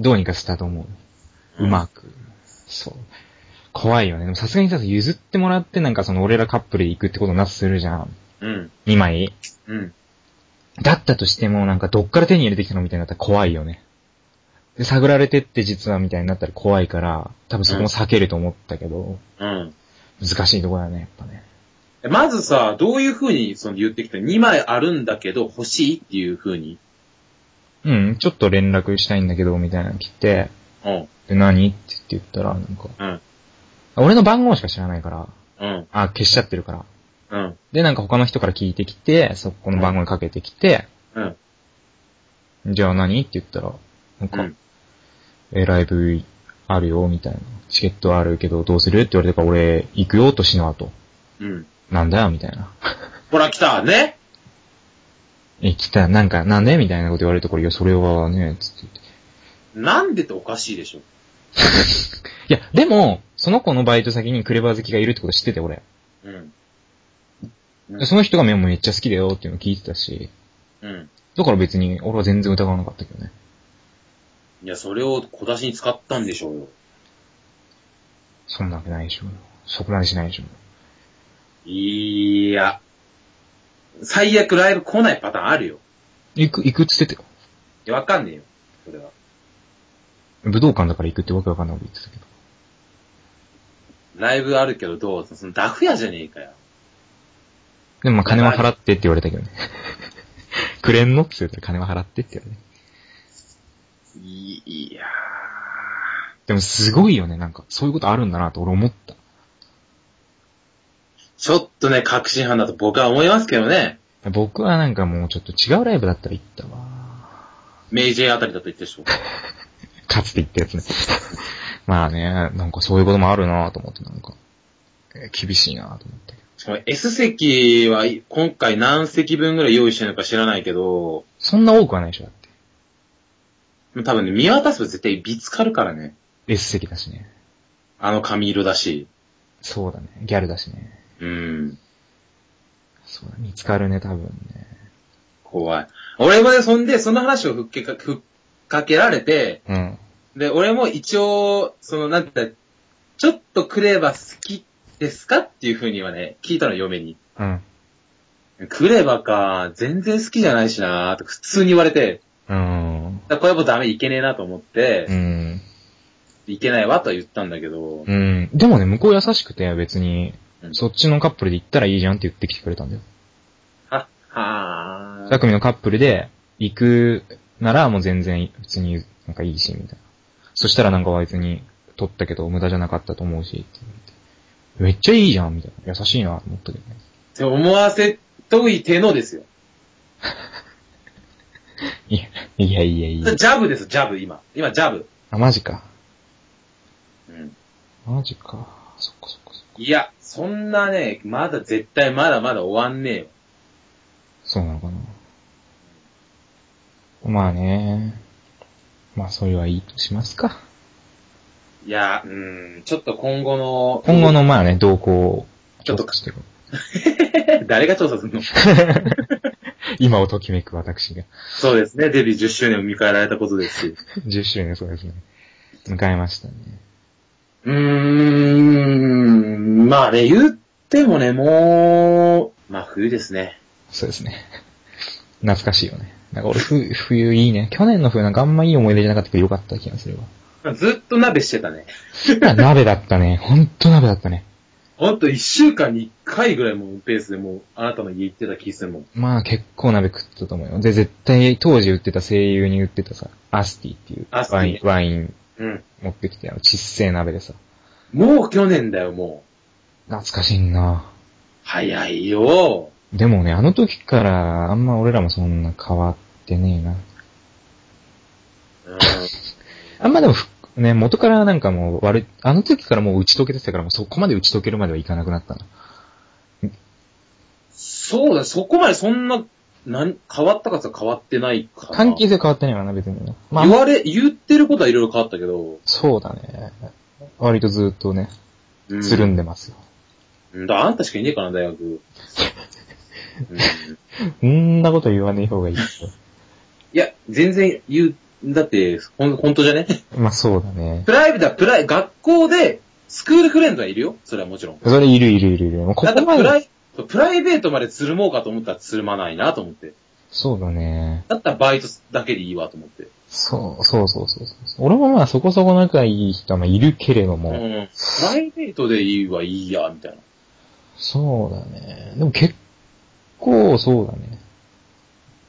S2: どうにかしたと思う。うまく。そう。怖いよね。でもさすがにさ、譲ってもらってなんかその俺らカップルで行くってことになってするじゃん。
S1: うん、
S2: 2枚。
S1: うん。
S2: だったとしてもなんかどっから手に入れてきたのみたいになったら怖いよね。で、探られてって実はみたいになったら怖いから、多分そこも避けると思ったけど、
S1: うん。
S2: 難しいとこだね、やっぱね。
S1: まずさ、どういう風に、その言ってきた2枚あるんだけど、欲しいっていう風に。
S2: うん、ちょっと連絡したいんだけど、みたいなの来て、
S1: うん、
S2: で、何って言ったら、なんか、
S1: うん、
S2: 俺の番号しか知らないから、
S1: うん、
S2: あ、消しちゃってるか
S1: う
S2: ら。
S1: ん、
S2: で、なんか他の人から聞いてきて、そこの番号にかけてきて、
S1: うん、
S2: じゃあ何って言ったら、な
S1: う
S2: んか
S1: ん、、
S2: え、ライブあるよ、みたいな。チケットあるけど、どうするって言われてから、俺、行くよ、としの後。
S1: うん。
S2: なんだよ、みたいな。
S1: ほら、来たね
S2: え、来た、なんか、なんでみたいなこと言われるところ、いや、それはね、つって言って。
S1: なんでっておかしいでしょ。
S2: いや、でも、その子のバイト先にクレバー好きがいるってこと知ってて、俺。
S1: うん。
S2: でその人がめめっちゃ好きだよっていうの聞いてたし、
S1: うん。
S2: だから別に俺は全然疑わなかったけどね。
S1: いや、それを小出しに使ったんでしょうよ。
S2: そんなわけないでしょ。そこらにしないでしょ。
S1: いや。最悪ライブ来ないパターンあるよ。
S2: 行く、行くっつってたよ。
S1: いや、わかんねえよ。それは。
S2: 武道館だから行くってわけわかんないこと言ってたけど。
S1: ライブあるけどどうそのダフ屋じゃねえかよ。
S2: でもまあ金は払ってって言われたけどね。くれんのって言ったら金は払ってって言われた。
S1: いいや
S2: でもすごいよね、なんか。そういうことあるんだなと俺思った。
S1: ちょっとね、確信犯だと僕は思いますけどね。
S2: 僕はなんかもうちょっと違うライブだったら行ったわ。
S1: メイジェイあたりだと言ってるでしょ。
S2: かつて言ったやつね。まあね、なんかそういうこともあるなと思って、なんか、えー厳しいなと思って。
S1: しかも S 席は今回何席分ぐらい用意してるのか知らないけど、
S2: そんな多くはないでしょ、だって。
S1: 多分ね、見渡すと絶対見つかるからね。
S2: S 席だしね。
S1: あの髪色だし。
S2: そうだね。ギャルだしね。
S1: うん。
S2: そうだ、見つかるね、多分ね。
S1: 怖い。俺もね、そんで、その話をふっけか、ふっかけられて、
S2: うん。
S1: で、俺も一応、その、なんて、ちょっとクレバ好きですかっていう風にはね、聞いたの嫁に。
S2: うん。
S1: クレバか、全然好きじゃないしなーと普通に言われて、
S2: うん。
S1: だからこれはもうダメ、いけねえなと思って
S2: う、ん。
S1: いけないわとは言ったんだけど、
S2: うん。でもね、向こう優しくて別に
S1: う、ん
S2: そっちのカップルで行ったらいいじゃんって言ってきてくれたんだよ。
S1: は、は
S2: 二組のカップルで行くならもう全然普通になんかいいし、みたいな。そしたらなんか別に撮ったけど無駄じゃなかったと思うし、って言われてめっちゃいいじゃん、みたいな。優しいな、と思ったけどね。
S1: って思わせといてのですよ。
S2: いや、いやいやい
S1: ジ
S2: や。
S1: ャブです、ジャブ、今。今、ジャブ。
S2: あ、マジか。
S1: うん。
S2: マジか。そっかそっかそっか。
S1: いや、そんなね、まだ絶対まだまだ終わんねえよ。
S2: そうなのかな。まあね。まあそれはいいとしますか。
S1: いや、うん、ちょっと今後の、
S2: 今後のまあね、動向を
S1: ちょっと
S2: 調査していこう
S1: 誰が調査するの
S2: 今をときめく私が。
S1: そうですね、デビュー10周年を迎えられたことですし。
S2: 10周年そうですね。迎えましたね。
S1: うーん、まあね、言ってもね、もう、まあ冬ですね。
S2: そうですね。懐かしいよね。なんか俺、ふ冬いいね。去年の冬なんかあんまいい思い出じゃなかったけどよかった気がするわ。
S1: ずっと鍋してたね。
S2: あ鍋だったね。ほんと鍋だったね。
S1: ほんと一週間に一回ぐらいもうペースでもう、あなたの家行ってた気するもん。
S2: まあ結構鍋食ったと思うよ。で、絶対当時売ってた声優に売ってたさ、アスティっていう
S1: アスティ
S2: ワインワイン
S1: うん。
S2: 持ってきたよ。ちっせえ鍋でさ。
S1: もう去年だよ、もう。
S2: 懐かしいな
S1: 早いよ。
S2: でもね、あの時からあんま俺らもそんな変わってねえな。
S1: うん。
S2: あんまでもふ、ね、元からなんかもう悪い、あの時からもう打ち解けてたからもうそこまで打ち解けるまではいかなくなったな。
S1: そうだ、そこまでそんな、なん、変わったかつは変わってないから。
S2: 関係性変わってないわな、別にな。ま
S1: 言
S2: あ、
S1: われ、言ってることはいろいろ変わったけど。
S2: そうだね。割とずっとね、
S1: うん
S2: つるんでますよ。
S1: うん。だからあんたしかいねえかな、大学。うん。
S2: そんなこと言わねえ方がいいよ。
S1: いや、全然言う、だって、ほん、本当じゃね
S2: まあそうだね。
S1: プライベートはプライ、学校で、スクールフレンドはいるよそれはもちろん。
S2: それいるいるいるいる。もうこ
S1: だって
S2: こま
S1: プラ
S2: で。
S1: イ、プライベートまでつるもうかと思ったらつるまないなと思って。
S2: そうだね。
S1: だったらバイトだけでいいわと思って。
S2: そう、そうそうそうそう。俺もまあそこそこ仲いい人はまあいるけれど
S1: う
S2: も、
S1: ん。プライベートでいいはいいや、みたいな。
S2: そうだね。でも結構そうだね。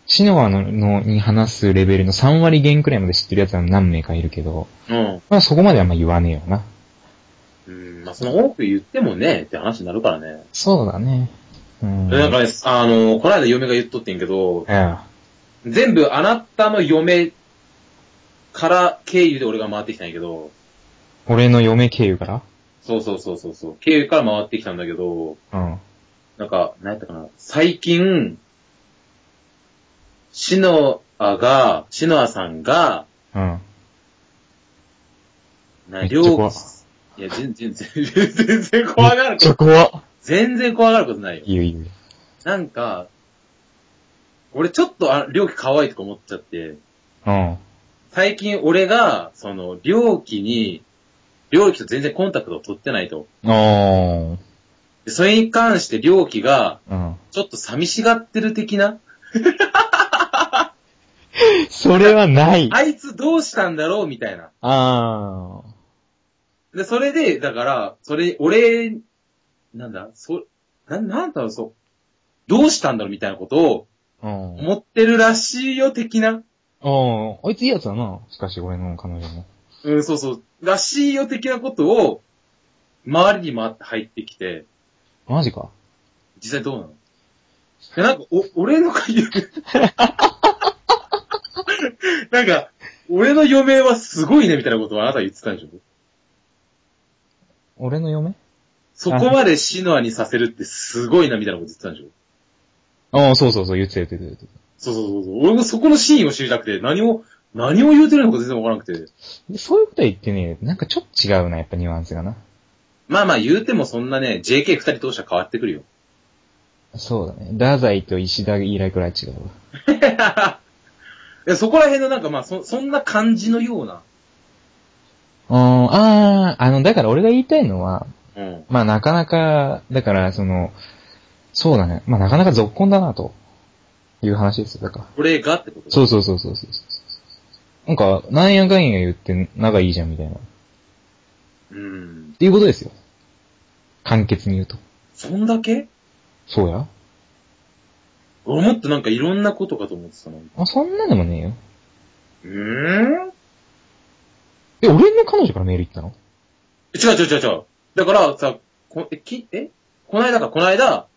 S2: シノアののに話すレベルの3割減くらいまで知ってるやつは何名かいるけど、
S1: うん。
S2: まあそこまではまあ言わねえよな。
S1: うん、まあ、その多く言ってもね、って話になるからね。
S2: そうだね。うん。
S1: なんかね、あの、この間嫁が言っとってんけど、
S2: え
S1: 全部あなたの嫁から経由で俺が回ってきたんやけど、
S2: え俺の嫁経由から
S1: そうそうそうそうそう。経由から回ってきたんだけど、
S2: うん。
S1: なんか、何やったかな。最近、シノアが、シノアさんが、
S2: うん。
S1: な、
S2: めっちゃ
S1: 両
S2: 怖
S1: いや、全然、全然、全然怖がるこ
S2: ちょ、
S1: と、
S2: 怖っ。
S1: 全然怖がることないよ。
S2: いいよいいよ。
S1: なんか、俺ちょっと、あ、両家可愛いとか思っちゃって、
S2: うん。
S1: 最近俺が、その、両家に、両家と全然コンタクトを取ってないと。
S2: おー。
S1: でそれに関して両家が、
S2: うん。
S1: ちょっと寂しがってる的な
S2: それはない。
S1: あいつどうしたんだろうみたいな。
S2: あー。
S1: で、それで、だから、それ、俺、なんだ、そ、な、なんだろう、そう、どうしたんだろうみたいなことを
S2: うん。
S1: 思ってるらしいよ、的な。
S2: おー。あいついいやつだな。しかし俺の彼女も。
S1: うん、そうそう、らしいよ、的なことを、周りに回って入ってきて、
S2: マジか。
S1: 実際どうなのでなんか、お、俺の言うなんか、俺の嫁はすごいね、みたいなことをあなた言ってたんでしょ
S2: 俺の嫁
S1: そこまでシノアにさせるってすごいな、みたいなこと言ってたんでしょ
S2: ああ、そうそうそう、言ってた言ってた言ってた。
S1: そうそうそうそう。俺もそこのシーンを知りたくて、何を、何を言うてるのか全然わからなくて。
S2: でそういうことは言ってねえ。なんかちょっと違うな、やっぱニュアンスがな。
S1: まあまあ言うてもそんなね、JK 二人同士は変わってくるよ。
S2: そうだね。太宰と石田以来くらい違うわ。
S1: いやそこら辺のなんかまあ、そ、そんな感じのような。
S2: うーん、あー、あの、だから俺が言いたいのは、
S1: うん。
S2: まあなかなか、だからその、そうだね。まあなかなか続婚だな、という話ですよ、だから。
S1: これがってこと。
S2: そううそうそうそうそうそう。なんか、なんやかんや言って仲いいじゃんみたいな。っ
S1: うん。
S2: ていうことですよ。簡潔に言うと。
S1: そんだけ
S2: そうや
S1: 俺もっとなんかいろんなことかと思ってたの。
S2: あ、そんなでもねえよ。
S1: うーん
S2: え、俺の彼女からメール行ったの
S1: 違う違う違う違う。だからさ、こ、え、き、えこないだか、こないだ、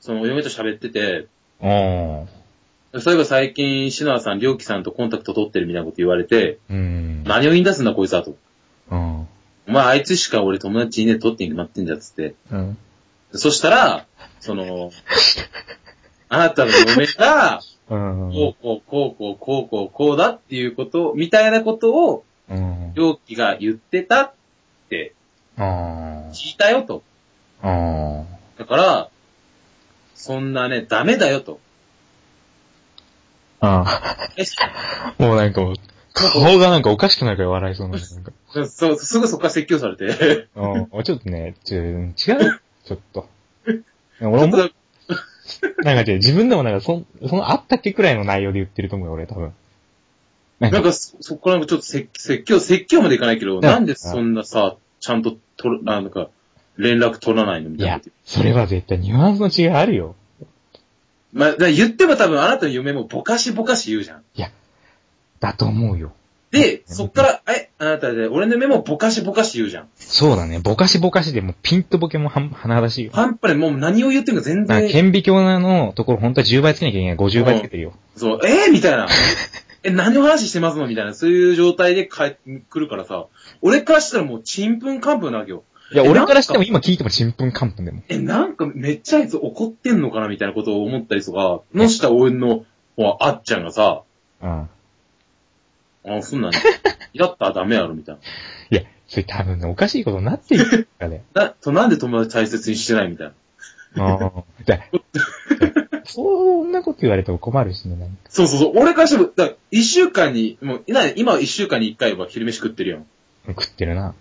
S1: その、お嫁と喋ってて、
S2: あ
S1: そういえば最近、シノアさん、りょうきさんとコンタクト取ってるみたいなこと言われて、
S2: あ。うん。
S1: 何を言い出すんだこいつはと。
S2: うん。
S1: お前あいつしか俺友達いねえとってに決まってんじゃんつって。
S2: うん。
S1: そしたら、その、あなたの嫁が、
S2: うん。
S1: こうこうこうこうこうこうこうだっていうこと、みたいなことを、
S2: うん。
S1: りょうきが言ってたって
S2: あ
S1: 聞いたよと。
S2: あ。あ
S1: だから、そんなね、ダメだよと。
S2: あ。あ
S1: え、
S2: あ。もうなんかもう、顔がなんかおかしくなるから笑いそうなんだ。なんか。
S1: そう、すぐそこから説教され て。
S2: うん。ちょっとね、ちょ、違う。ちょっと。俺
S1: ちょっと、
S2: も
S1: なんか
S2: なんか違う、自分でもなんか、そん、そのあったっけくらいの内容で言ってると思うよ、俺、多分。なん
S1: なん
S2: か、
S1: かそ、そこからなんかちょっと説説教、説教までいかないけど、
S2: だ
S1: なんでそんなさ、ちゃんと取る、あなんか、連絡取らないのみ
S2: い
S1: たいな
S2: や
S1: こと言って。、
S2: それは絶対ニュアンスの違いあるよ。
S1: まあ、だから言っても多分あなたの嫁もぼかしぼかし言うじゃん。
S2: だと思うよ。
S1: で、そっから、え、あなたで、俺の嫁もぼかしぼかし言うじゃん。
S2: そうだね、ぼかしぼかしでもうピンとボケもはん、はなだしいよ。
S1: 半端にもう何を言ってんか全
S2: なんか、
S1: 然、
S2: 顕微鏡のところ、本当は10倍つけなきゃいけない。50倍つけてるよ。
S1: そう、えー、みたいな。え、何の話してますのみたいな、そういう状態で帰ってくるからさ、俺からしたらもうちんぷんかんぷんなわけよ。
S2: いや、
S1: え
S2: 俺からしても
S1: なん
S2: 今聞いてもちんぷんかんぷんでも。
S1: え、なんかめっちゃあいつ怒ってんのかなみたいなことを思ったりとか、のした俺の、もうあっちゃんがさ、
S2: うん。
S1: あ、そんなん、やったらダメやろみたい
S2: いや、それ多分ね、おかしいことになっていくんだね。
S1: な。な、となんで友達大切にしてないみたいな。
S2: ああ。だそんなこと言われても困るしね、なんか。
S1: そうそうそう、俺からしても、だから一週間に、もう、いない、今は一週間に一回は昼飯食ってるやん。
S2: 食ってるな。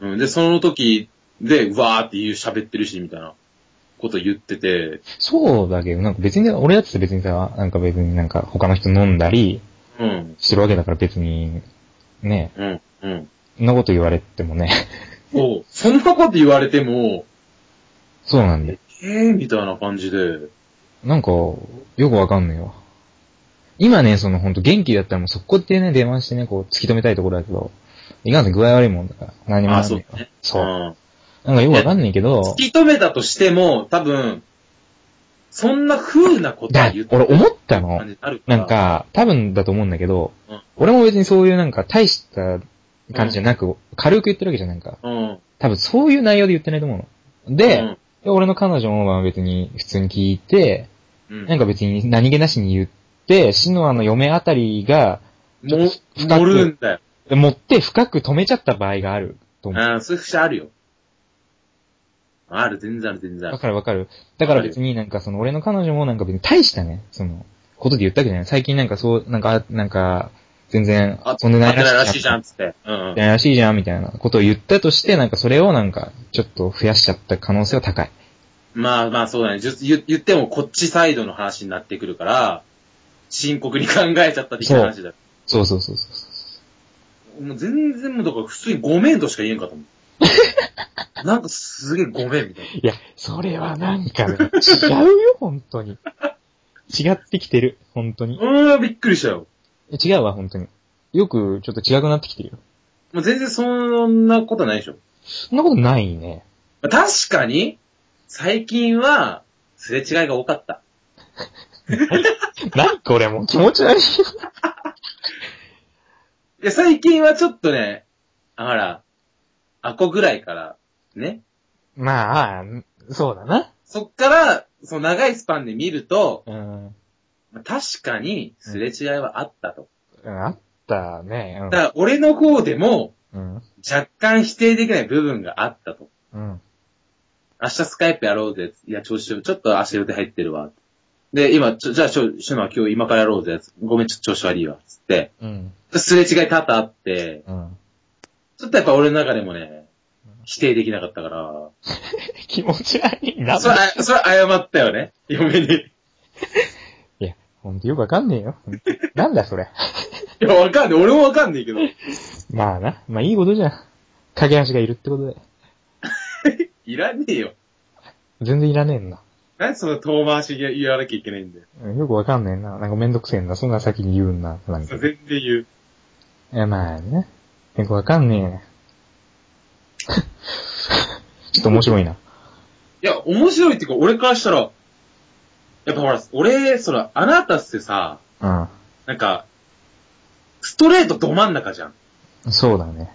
S1: うん、で、その時で、うわーって言う喋ってるし、みたいなこと言ってて、
S2: そうだけど、なんか別に、俺だって別にさ、なんか別になんか他の人飲んだり
S1: うん、
S2: してるわけだから別に、ね、
S1: うん、うん。
S2: そんなこと言われてもね、
S1: そう、そんなこと言われても、
S2: そうなんで。
S1: えー、みたいな感じで、
S2: なんか、よくわかんないわ。今ね、そのほんと元気だったらもう速攻でね、電話してね、こう突き止めたいところだけど、いかんせん具合悪いもんだから、何も
S1: あ
S2: な
S1: ー、そ
S2: んな
S1: う
S2: い
S1: だね。
S2: そう。
S1: ん
S2: なんかよくわかんないけど、
S1: 突き止めたとしても、多分、そんな風なことは
S2: だ
S1: 言って
S2: 俺思ったの
S1: 感。じになるから。
S2: なん、か、多分だと思うんだけど
S1: うん、
S2: 俺も別にそういうなんか大した感じじゃなく、軽く言ってるわけじゃんないか。
S1: うん。
S2: 多分そういう内容で言ってないと思うの。で、
S1: うん
S2: で俺の彼女もまあ別に普通に聞いて、
S1: うん。
S2: なんか別に何気なしに言って、シノアの嫁あたりが、ちょ
S1: も
S2: っと深く
S1: 盛るんだよ。
S2: 持って深く止めちゃった場合があると思う。
S1: うん、そういう節あるよ。ある、全然ある、全然あ
S2: わ
S1: る。
S2: かるわかる。だから別になんかその俺の彼女もなんか別に大したね、その、ことで言ったわけじゃない。最近なんかそう、なんか、あなんか、全然
S1: あ、
S2: 遊んでない
S1: 勝てない
S2: ら
S1: ら
S2: し
S1: し
S2: い
S1: い
S2: じ
S1: じ
S2: ゃ
S1: ゃ
S2: ん
S1: ん、。つって。うんうん
S2: やらしいじゃんみたいなことを言ったとして、なんかそれをなんか、ちょっと増やしちゃった可能性は高い。
S1: まあまあそうだね。じゅ言言ってもこっちサイドの話になってくるから、深刻に考えちゃった的な話だよ。
S2: そうそうそうそうそ。
S1: もう全然もうだから普通にごめんとしか言えんかと思う。なんかすげえごめんみたいう
S2: いや、それはなんかね、違うよ、本当に。違ってきてる、本当に。
S1: な。うーん、びっくりしたよ。
S2: 違うわ、本当に。よく、ちょっと違くなってきてるよ。
S1: もう全然そんなことないでしょ。
S2: そんなことないね。
S1: まあ確かに、最近は、すれ違いが多かった。
S2: 何これもう気持ち悪い。
S1: いや、最近はちょっとね、あほら、アコぐらいから、ね。
S2: まあ、そうだな。
S1: そっから、その長いスパンで見ると、
S2: うん。
S1: まあ確かに、すれ違いはあったと。
S2: あったね。
S1: だから、俺の方でも、
S2: うん。
S1: 若干否定できない部分があったと。
S2: うん。
S1: 明日スカイプやろうぜ。いや、調子よ、ちょっと明日予定入ってるわ。で、今、ちょ、じゃあ、しょ、しゅのは今日今からやろうぜ。ごめん、ちょっと調子悪いわ。つって、
S2: うん。
S1: すれ違い多々あって、
S2: うん。
S1: ちょっとやっぱ俺の中でもね、否定できなかったから、
S2: 気持ち悪いな。
S1: それ、あそれ謝ったよね。嫁に。い
S2: いや、ほんとよくわかんねえよ。なんだそれ。
S1: や、わかんない。俺もわかんないけど。
S2: まあな。まあいいことじゃん。影橋がいるってことで。
S1: いらねえよ。
S2: 全然いらねえんな。
S1: なんでその遠回しに言わなきゃいけないんだよ。
S2: うんよくわかんねえな。なんかめんどくせえな。そんな先に言うんな。なんか。
S1: 全
S2: い
S1: 然言う。
S2: や、まあね。よくわかんね え。ちょっと面白いな。
S1: いや、面白いっていうか、俺からしたら、やっぱほら、俺、その、あなたってさ、なんか、ストレートど真ん中じゃん。
S2: うん。そうだね。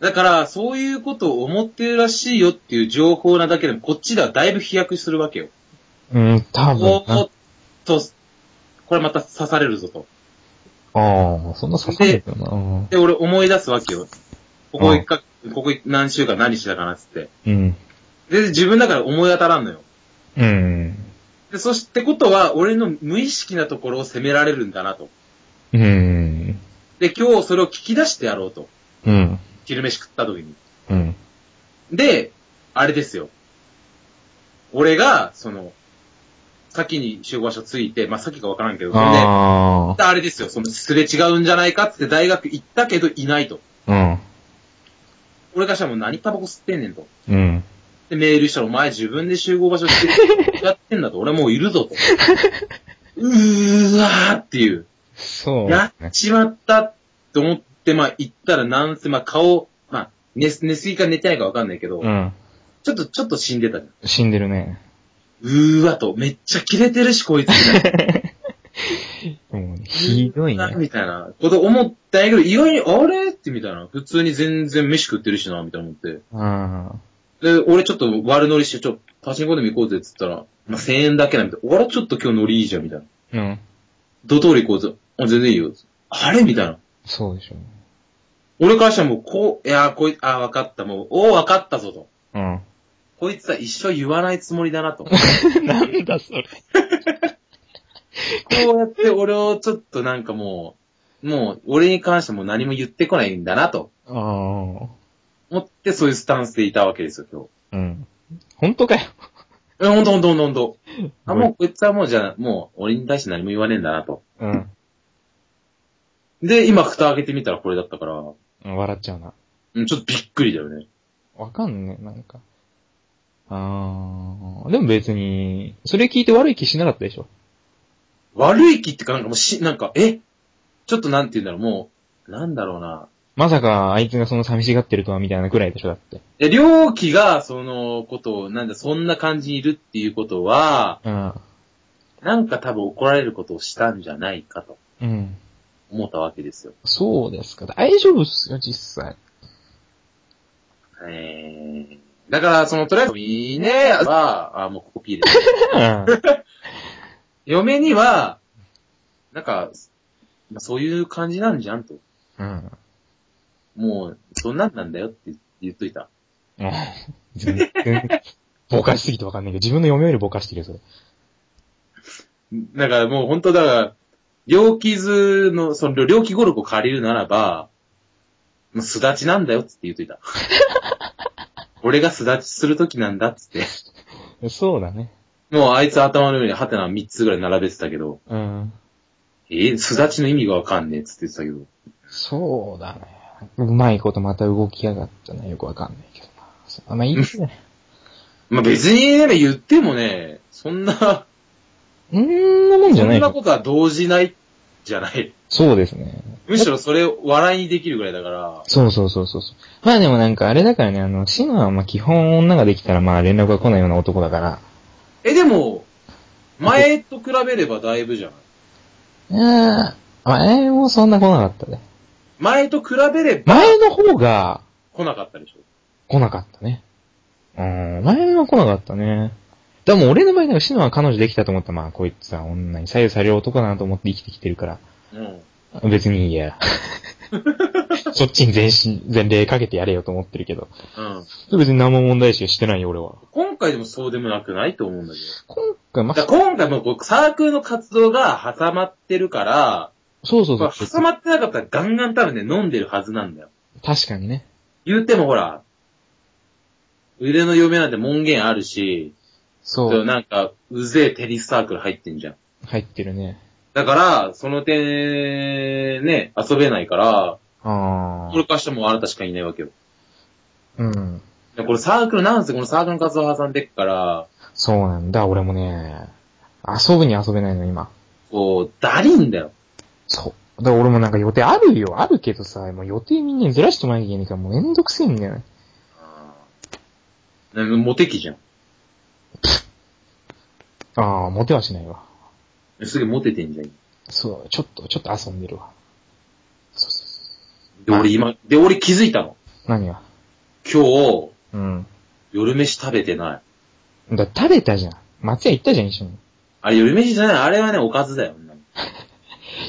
S1: だから、そういうことを思ってるらしいよっていう情報なだけでも、こっちではだいぶ飛躍するわけよ。
S2: うん、多分
S1: お
S2: な
S1: ー。っと、これまた刺されるぞと。
S2: ああ、そんな刺さるよな。うん
S1: で、俺思い出すわけよ。ここ一か、ここ何週間何してたかなっつって。
S2: うん。
S1: で、自分だから思い当たらんのよ。
S2: うん。
S1: で、そしてことは、俺の無意識なところを責められるんだなと。
S2: うん。
S1: で、今日それを聞き出してやろうと。
S2: うん。
S1: 昼飯食った時に。
S2: うん。
S1: で、あれですよ。俺が、その、先に集合場所着いて、まあ、先かわからんけど、それで、
S2: あ
S1: あれですよ、その、すれ違うんじゃないかっつって大学行ったけどいないと。
S2: あ。うん。
S1: 俺からしたらもう何タバコ吸ってんねんと。
S2: うん。
S1: で、メールしたら、お前自分で集合場所 して、やってんだと、俺もういるぞと。うーわーっていう。
S2: そう
S1: やっ
S2: だね。
S1: ちまったと思って、まあ、行ったらなんせ、まあ、顔、まあ、寝、寝すぎか寝てないかわかんないけど、
S2: うん。
S1: ちょっと、ちょっと死んでたじゃん。
S2: 死んでるね。
S1: うーわと、めっちゃキレてるし、こいつみたい
S2: もう、
S1: な。
S2: ひどいう
S1: ーわ
S2: ね。
S1: みたいなこと思ったんやけど、意外に、あれってみたいな。普通に全然飯食ってるしな、みたいな思って。
S2: うん。
S1: で、俺ちょっと悪乗りして、ちょっとパチンコでも行こうぜって言ったら、まあ、1000円だけなんで、俺ちょっと今日乗りいいじゃん、みたいな。
S2: うん。
S1: ど通り行こうぜ。あ、全然いいよ。あれみたいな。
S2: そうでしょ。
S1: 俺からしたらもう、こう、いやー、こい、あー、わかった、もう、おー、わかったぞと。
S2: うん。
S1: こいつは一生言わないつもりだなと。こ
S2: なん だそれ。
S1: うやって俺をちょっとなんかもう、もう、俺に関してもう何も言ってこないんだなと。
S2: ああ。
S1: 思ってそういうスタンスでいたわけですよ、今日。
S2: うん。本当かよ。
S1: え、ほんとほんとほんとほんと。あ、もうこいつはもうじゃあ、もう俺に対して何も言わねえんだなと。
S2: うん。
S1: で、今蓋開けてみたらこれだったから、
S2: 笑っちゃうな。
S1: うん、ちょっとびっくりだよね。
S2: わかんねえ、なんか。ああ。でも別に、それ聞いて悪い気しなかったでしょ。
S1: 悪い気ってかなんかもうし、なんか、えちょっとなんて言うんだろう、もう、なんだろうな。
S2: まさか、あいつがその寂しがってるとは、みたいなくらいでしょ、だって。
S1: え、両機が、そのことを、なんだ、そんな感じにいるっていうことは、
S2: うん。
S1: なんか多分怒られることをしたんじゃないかと。
S2: うん。
S1: 思ったわけですよ。
S2: そうですか。大丈夫っすよ、実際。
S1: えー、だから、その、とりあえず、いいねは、あ、もうここ P です。嫁には、なんか、まあそういう感じなんじゃんと。
S2: うん。
S1: もう、そんなんなんだよって言っといた。
S2: うん全然、 ぼかしすぎてわかんないけど、自分の嫁よりぼかしてるよ、それ。
S1: だからもう本当だから、両傷の、その両気語録を借りるならば、もうすだちなんだよっつって言っとい た。俺がすだちするときなんだっつって。
S2: そうだね。
S1: もうあいつ頭の上にハテナ3つぐらい並べてたけど、
S2: うん。
S1: えー、すだちの意味がわかんねえっつって言ってたけど。
S2: そうだね。うまいことまた動きやがったな、よくわかんないけどな。そうあ、まあいいですね。
S1: まあ、別にね、言ってもね、そんな、
S2: うんなもんじ
S1: そ
S2: ゃなんい
S1: な
S2: よ。
S1: ことは動じない、じゃない。
S2: そうですね。
S1: むしろそれを笑いにできるぐらいだから、
S2: そうそうそうそうそう。まあでもなんかあれだからね、あの、シノはまあ基本女ができたらまあ連絡が来ないような男だから。
S1: え、でも、前と比べればだいぶじゃない
S2: うん。前もそんな来なかったね。
S1: 前と比べれば
S2: 前の方が
S1: 来なかったでしょ。
S2: 来なかったね。うん、前は来なかったね。でも俺の場合、なんかシノは彼女できたと思ったら、まあこいつは女に左右される男だなと思って生きてきてるから。
S1: うん。
S2: 別にいい や。そっちに全身、全霊かけてやれよと思ってるけど。
S1: うん。
S2: 別に何も問題視してないよ、俺は。
S1: 今回でもそうでもなくないと思うんだけど。
S2: 今回、まあ
S1: だ、から今回もこうサークルの活動が挟まってるから、
S2: そうそう
S1: こ
S2: そ
S1: れ
S2: う。
S1: 挟まってなかったらガンガン多分ね、飲んでるはずなんだよ。
S2: 確かにね。
S1: 言うてもほら、腕の嫁なんて門限あるし、
S2: そう。
S1: なんか、うぜえテニスサークル入ってんじゃん。
S2: 入ってるね。
S1: だから、その点、ね、遊べないから、
S2: あ
S1: これからしてもあなたしかいないわけよ。
S2: あ。うん。
S1: でこれサークルなんせこのサークルの活動を挟んでっから、
S2: そうなんだ、俺もね。遊ぶに遊べないの、今。
S1: こう、だりんだよ。
S2: そう。だから俺もなんか予定あるよ、あるけどさ、もう予定みんなにずらしてもらえなきゃいけないから、もうめんどくせえんだよね。
S1: ねモテ期じゃん。
S2: ああ、モテはしないわ。
S1: すげえモテてんじゃん。
S2: そう、ちょっと、ちょっと遊んでるわ。そうそうそ
S1: で、俺今、で、俺気づいたの。
S2: う。何が
S1: 今日、
S2: うん。
S1: 夜飯食べてない。
S2: だ、食べたじゃん。松屋行ったじゃん、一緒に。
S1: あれ夜飯じゃない、あれはね、おかずだよ。女の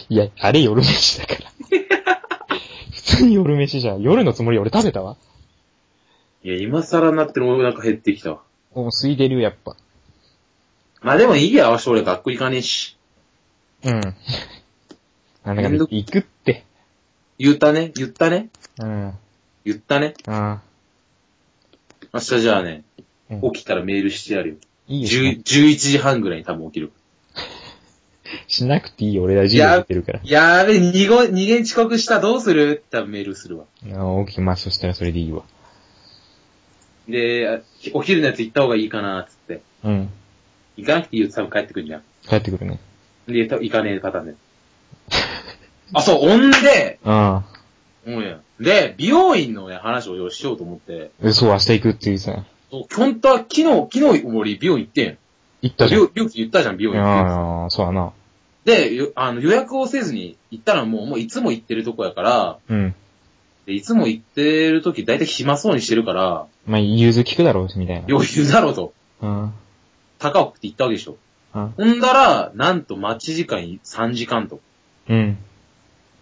S2: いや、あれ夜飯だ から。普通に夜飯じゃん。夜のつもりで俺食べたわ。
S1: いや、今更になってるお腹減ってきたわ。
S2: もう空いてるよ、やっぱ。
S1: まあでもいいや、わし俺学校行かねえし。
S2: うん。なんだかんだ行くって。
S1: 言ったね、言ったね、
S2: うん。あ
S1: 言ったね。
S2: あ。
S1: 明日じゃあね、
S2: うん
S1: 起きたらメールしてやるよ。
S2: いいよ
S1: 10。11時半ぐらいに多分起きる。
S2: しなくていいよ、俺ら授業やってる から。
S1: やーべ、2号、2限遅刻した、どうするって多分メールするわ。
S2: ああ、起きます。そしたらそれでいいわ。
S1: で、あお昼のやつ行った方がいいかな、つって。
S2: うん。
S1: 行かなくていいよ、多分帰ってくるじゃん。
S2: 帰ってくるね。
S1: で、多分行かねえパターンで。あ、そう、ほんで、
S2: ああ。
S1: うんや。で、美容院のね、話をよしようと思って、
S2: えそう、明日行くっていうさ。
S1: そう本当は昨日、昨日俺美容院行ってん。
S2: 行ったじゃん。
S1: 料料金言ったじゃん、美容院行って。
S2: ああ、そうだな。
S1: で、よあの予約をせずに行ったらもう、もういつも行ってるとこやから、
S2: うん。
S1: でいつも行ってる時大体暇そうにしてるから、
S2: まあ、融通聞くだろうし、みたいな。
S1: 余裕だろうと。
S2: うん。
S1: 高尾って言ったわけでしょ。
S2: うん
S1: ほんだら、なんと待ち時間3時間と。
S2: うん。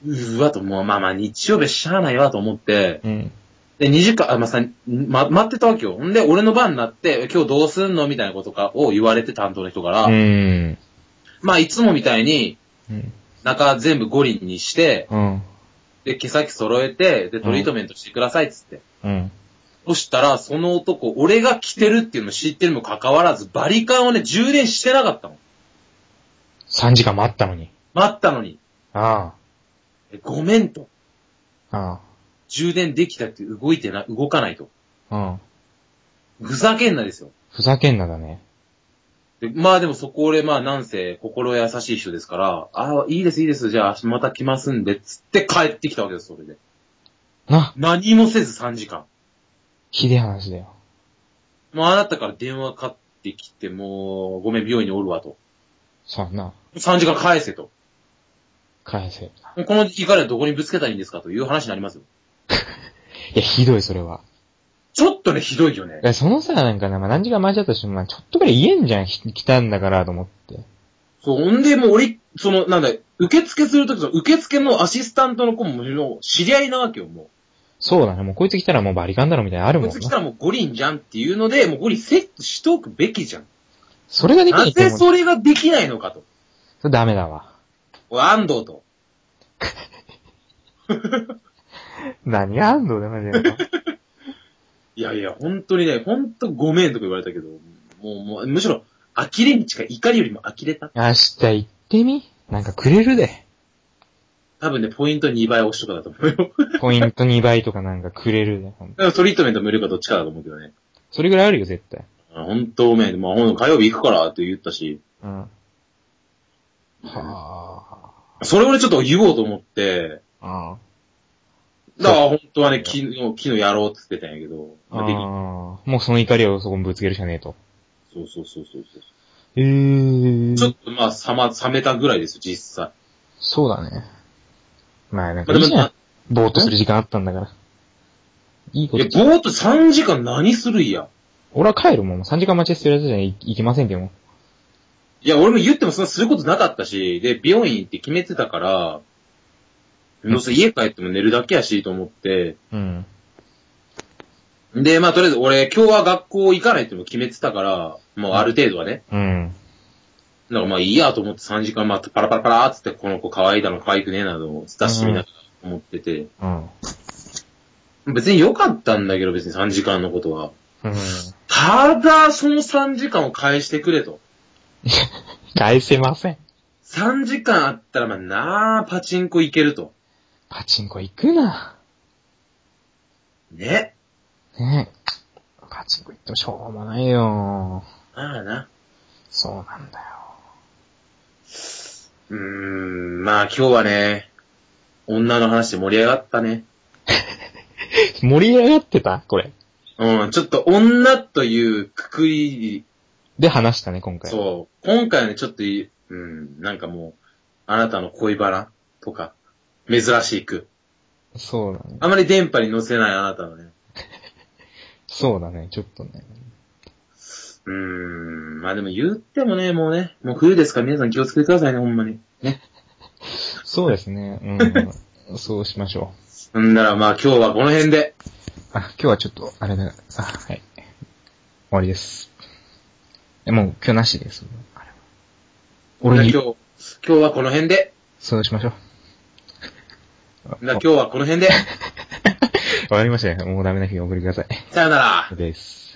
S1: うーわと、もうまあまあ日曜日はしゃあないわと思って、
S2: うん。
S1: で、2時間、あ、まあ、さんま、待ってたわけよ。んで、俺の番になって、今日どうすんのみたいなことかを言われて担当の人から、
S2: うん。
S1: まあいつもみたいに、
S2: うん。
S1: 中全部五輪にして、
S2: うん。
S1: で、毛先揃えて、で、トリートメントしてくださいっつって。
S2: うん。
S1: そしたら、その男、俺が着てるっていうの知ってるにもかかわらず、バリカンをね、充電してなかったの。
S2: 3時間待ったのに。
S1: 待ったのに。
S2: あ
S1: えごめんと。
S2: あ。あ
S1: 充電できたって動いてな、動かないと。
S2: あ。うん。
S1: ふざけんなですよ。
S2: ふざけんなだね。
S1: でまあでもそこ俺まあなんせ心優しい人ですから、ああ、いいですいいです、じゃあ明日また来ますんで、つって帰ってきたわけです、それで。
S2: な、
S1: 何もせず3時間。
S2: ひでえ話だよ。
S1: もうあなたから電話かかってきて、もう、ごめん、美容院におるわと。
S2: そうやな。
S1: 3時間返せと。
S2: 返せ。い
S1: この怒りはどこにぶつけたらいいんですかという話になりますよ。
S2: や、ひどい、それは。
S1: ちょっとね、ひどいよね
S2: い。や、そのさ、なんかな、まあ、何時間前だとしても、まあ、ちょっとぐらい言えんじゃん、ひ来たんだから、と思って。
S1: そう、ほんで、もう俺、その、なんだ、受付するとき、その受付のアシスタントの子も、もう知り合いなわけよ、も
S2: そうだね、もうこいつ来たらもうバリカンだろ、みたいなのあ
S1: う。
S2: る
S1: こ
S2: も
S1: い
S2: ん
S1: つ来た
S2: な。
S1: らもう五輪じゃんっていうので、もう五輪セットしておくべきじゃん。
S2: それができな
S1: ない
S2: って
S1: ぜ
S2: 思う。
S1: それができないのかと。
S2: それダメだわ。
S1: おい安藤と。
S2: 何があんのだめだよ。
S1: いやいや、本当にね、本当ごめんとか言われたけど、もう、もう、むしろ、呆れに近い、怒りよりも呆れた。
S2: 明日行ってみなんかくれるで。
S1: 多分ね、ポイント2倍押しとかだと思うよ。
S2: ポイント2倍とかなんかくれるで。ほんと
S1: でもトリートメント無料かどっちかだと思うけどね。
S2: それぐらいあるよ、絶対。
S1: あ本当ごめん。まあ、ほんと火曜日行くからって言ったし、
S2: うん。は
S1: それ俺ちょっと言おうと思って、
S2: あ。あ
S1: だから本当はね、昨日、昨日やろうって言ってたんやけど、
S2: あ。もうその怒りをそこにぶつけるしかねえと。
S1: そうそうそうそうそう。
S2: ええ
S1: ちょっとまあ、冷ま、冷めたぐらいですよ、実際。
S2: そうだね。まあな
S1: ま
S2: んか
S1: あ、
S2: いい
S1: で
S2: じ
S1: も、
S2: ゃん
S1: ま。
S2: ぼーっとする時間あったんだから。いい
S1: あ
S2: こ
S1: いや、
S2: と
S1: ぼーっと3時間何するんや。
S2: 俺は帰るもん。3時間待ちしてるやつじゃい行きませんけども。
S1: いや、俺も言ってもそんなすることなかったし、で、美容院行って決めてたから、どうせ家帰っても寝るだけやしと思って、
S2: うん。
S1: で、まあとりあえず俺今日は学校行かないっても決めてたから、もうある程度はね、
S2: うん。
S1: だからまあいいやと思って3時間まあパラパラパラーっつってこの子可愛いだの可愛くねえなど出してみながら思ってて、
S2: うん。
S1: 別に良かったんだけど別に3時間のことは。
S2: うん。
S1: ただ、その3時間を返してくれと。
S2: 返せません。
S1: 3時間あったらまあなあパチンコ行けると。
S2: パチンコ行くな。
S1: ね。
S2: ねえ。パチンコ行ってもしょうもないよ。
S1: まあな。
S2: そうなんだよ。
S1: うーん、まあ今日はね、女の話で盛り上がったね。
S2: 盛り上がってたこれ。
S1: うん、ちょっと女というくくり、
S2: で話したね、今回。う。
S1: そう、今回はね、ちょっといい、うん、なんかもう、あなたの恋バナとか、珍しく。
S2: そうだね。
S1: あまり電波に乗せないあなたのね。
S2: そうだね、ちょっとね。
S1: うーん、まあでも言ってもね、もうね、もう冬ですから皆さん気をつけてくださいね、ほんまに。
S2: そうですね。 うん。そうしましょ
S1: んならまあ今日はこの辺で。
S2: う。あ、今日はちょっと、あれだ、あ、はい。終わりです。え、もう今日なしです。あれは俺に
S1: じゃあ、今日、今日はこの辺で。
S2: そうしまし ょう。
S1: じゃあ今日はこの辺で。
S2: わかりましたね。もうダメな日を送りください。
S1: さよなら。
S2: です。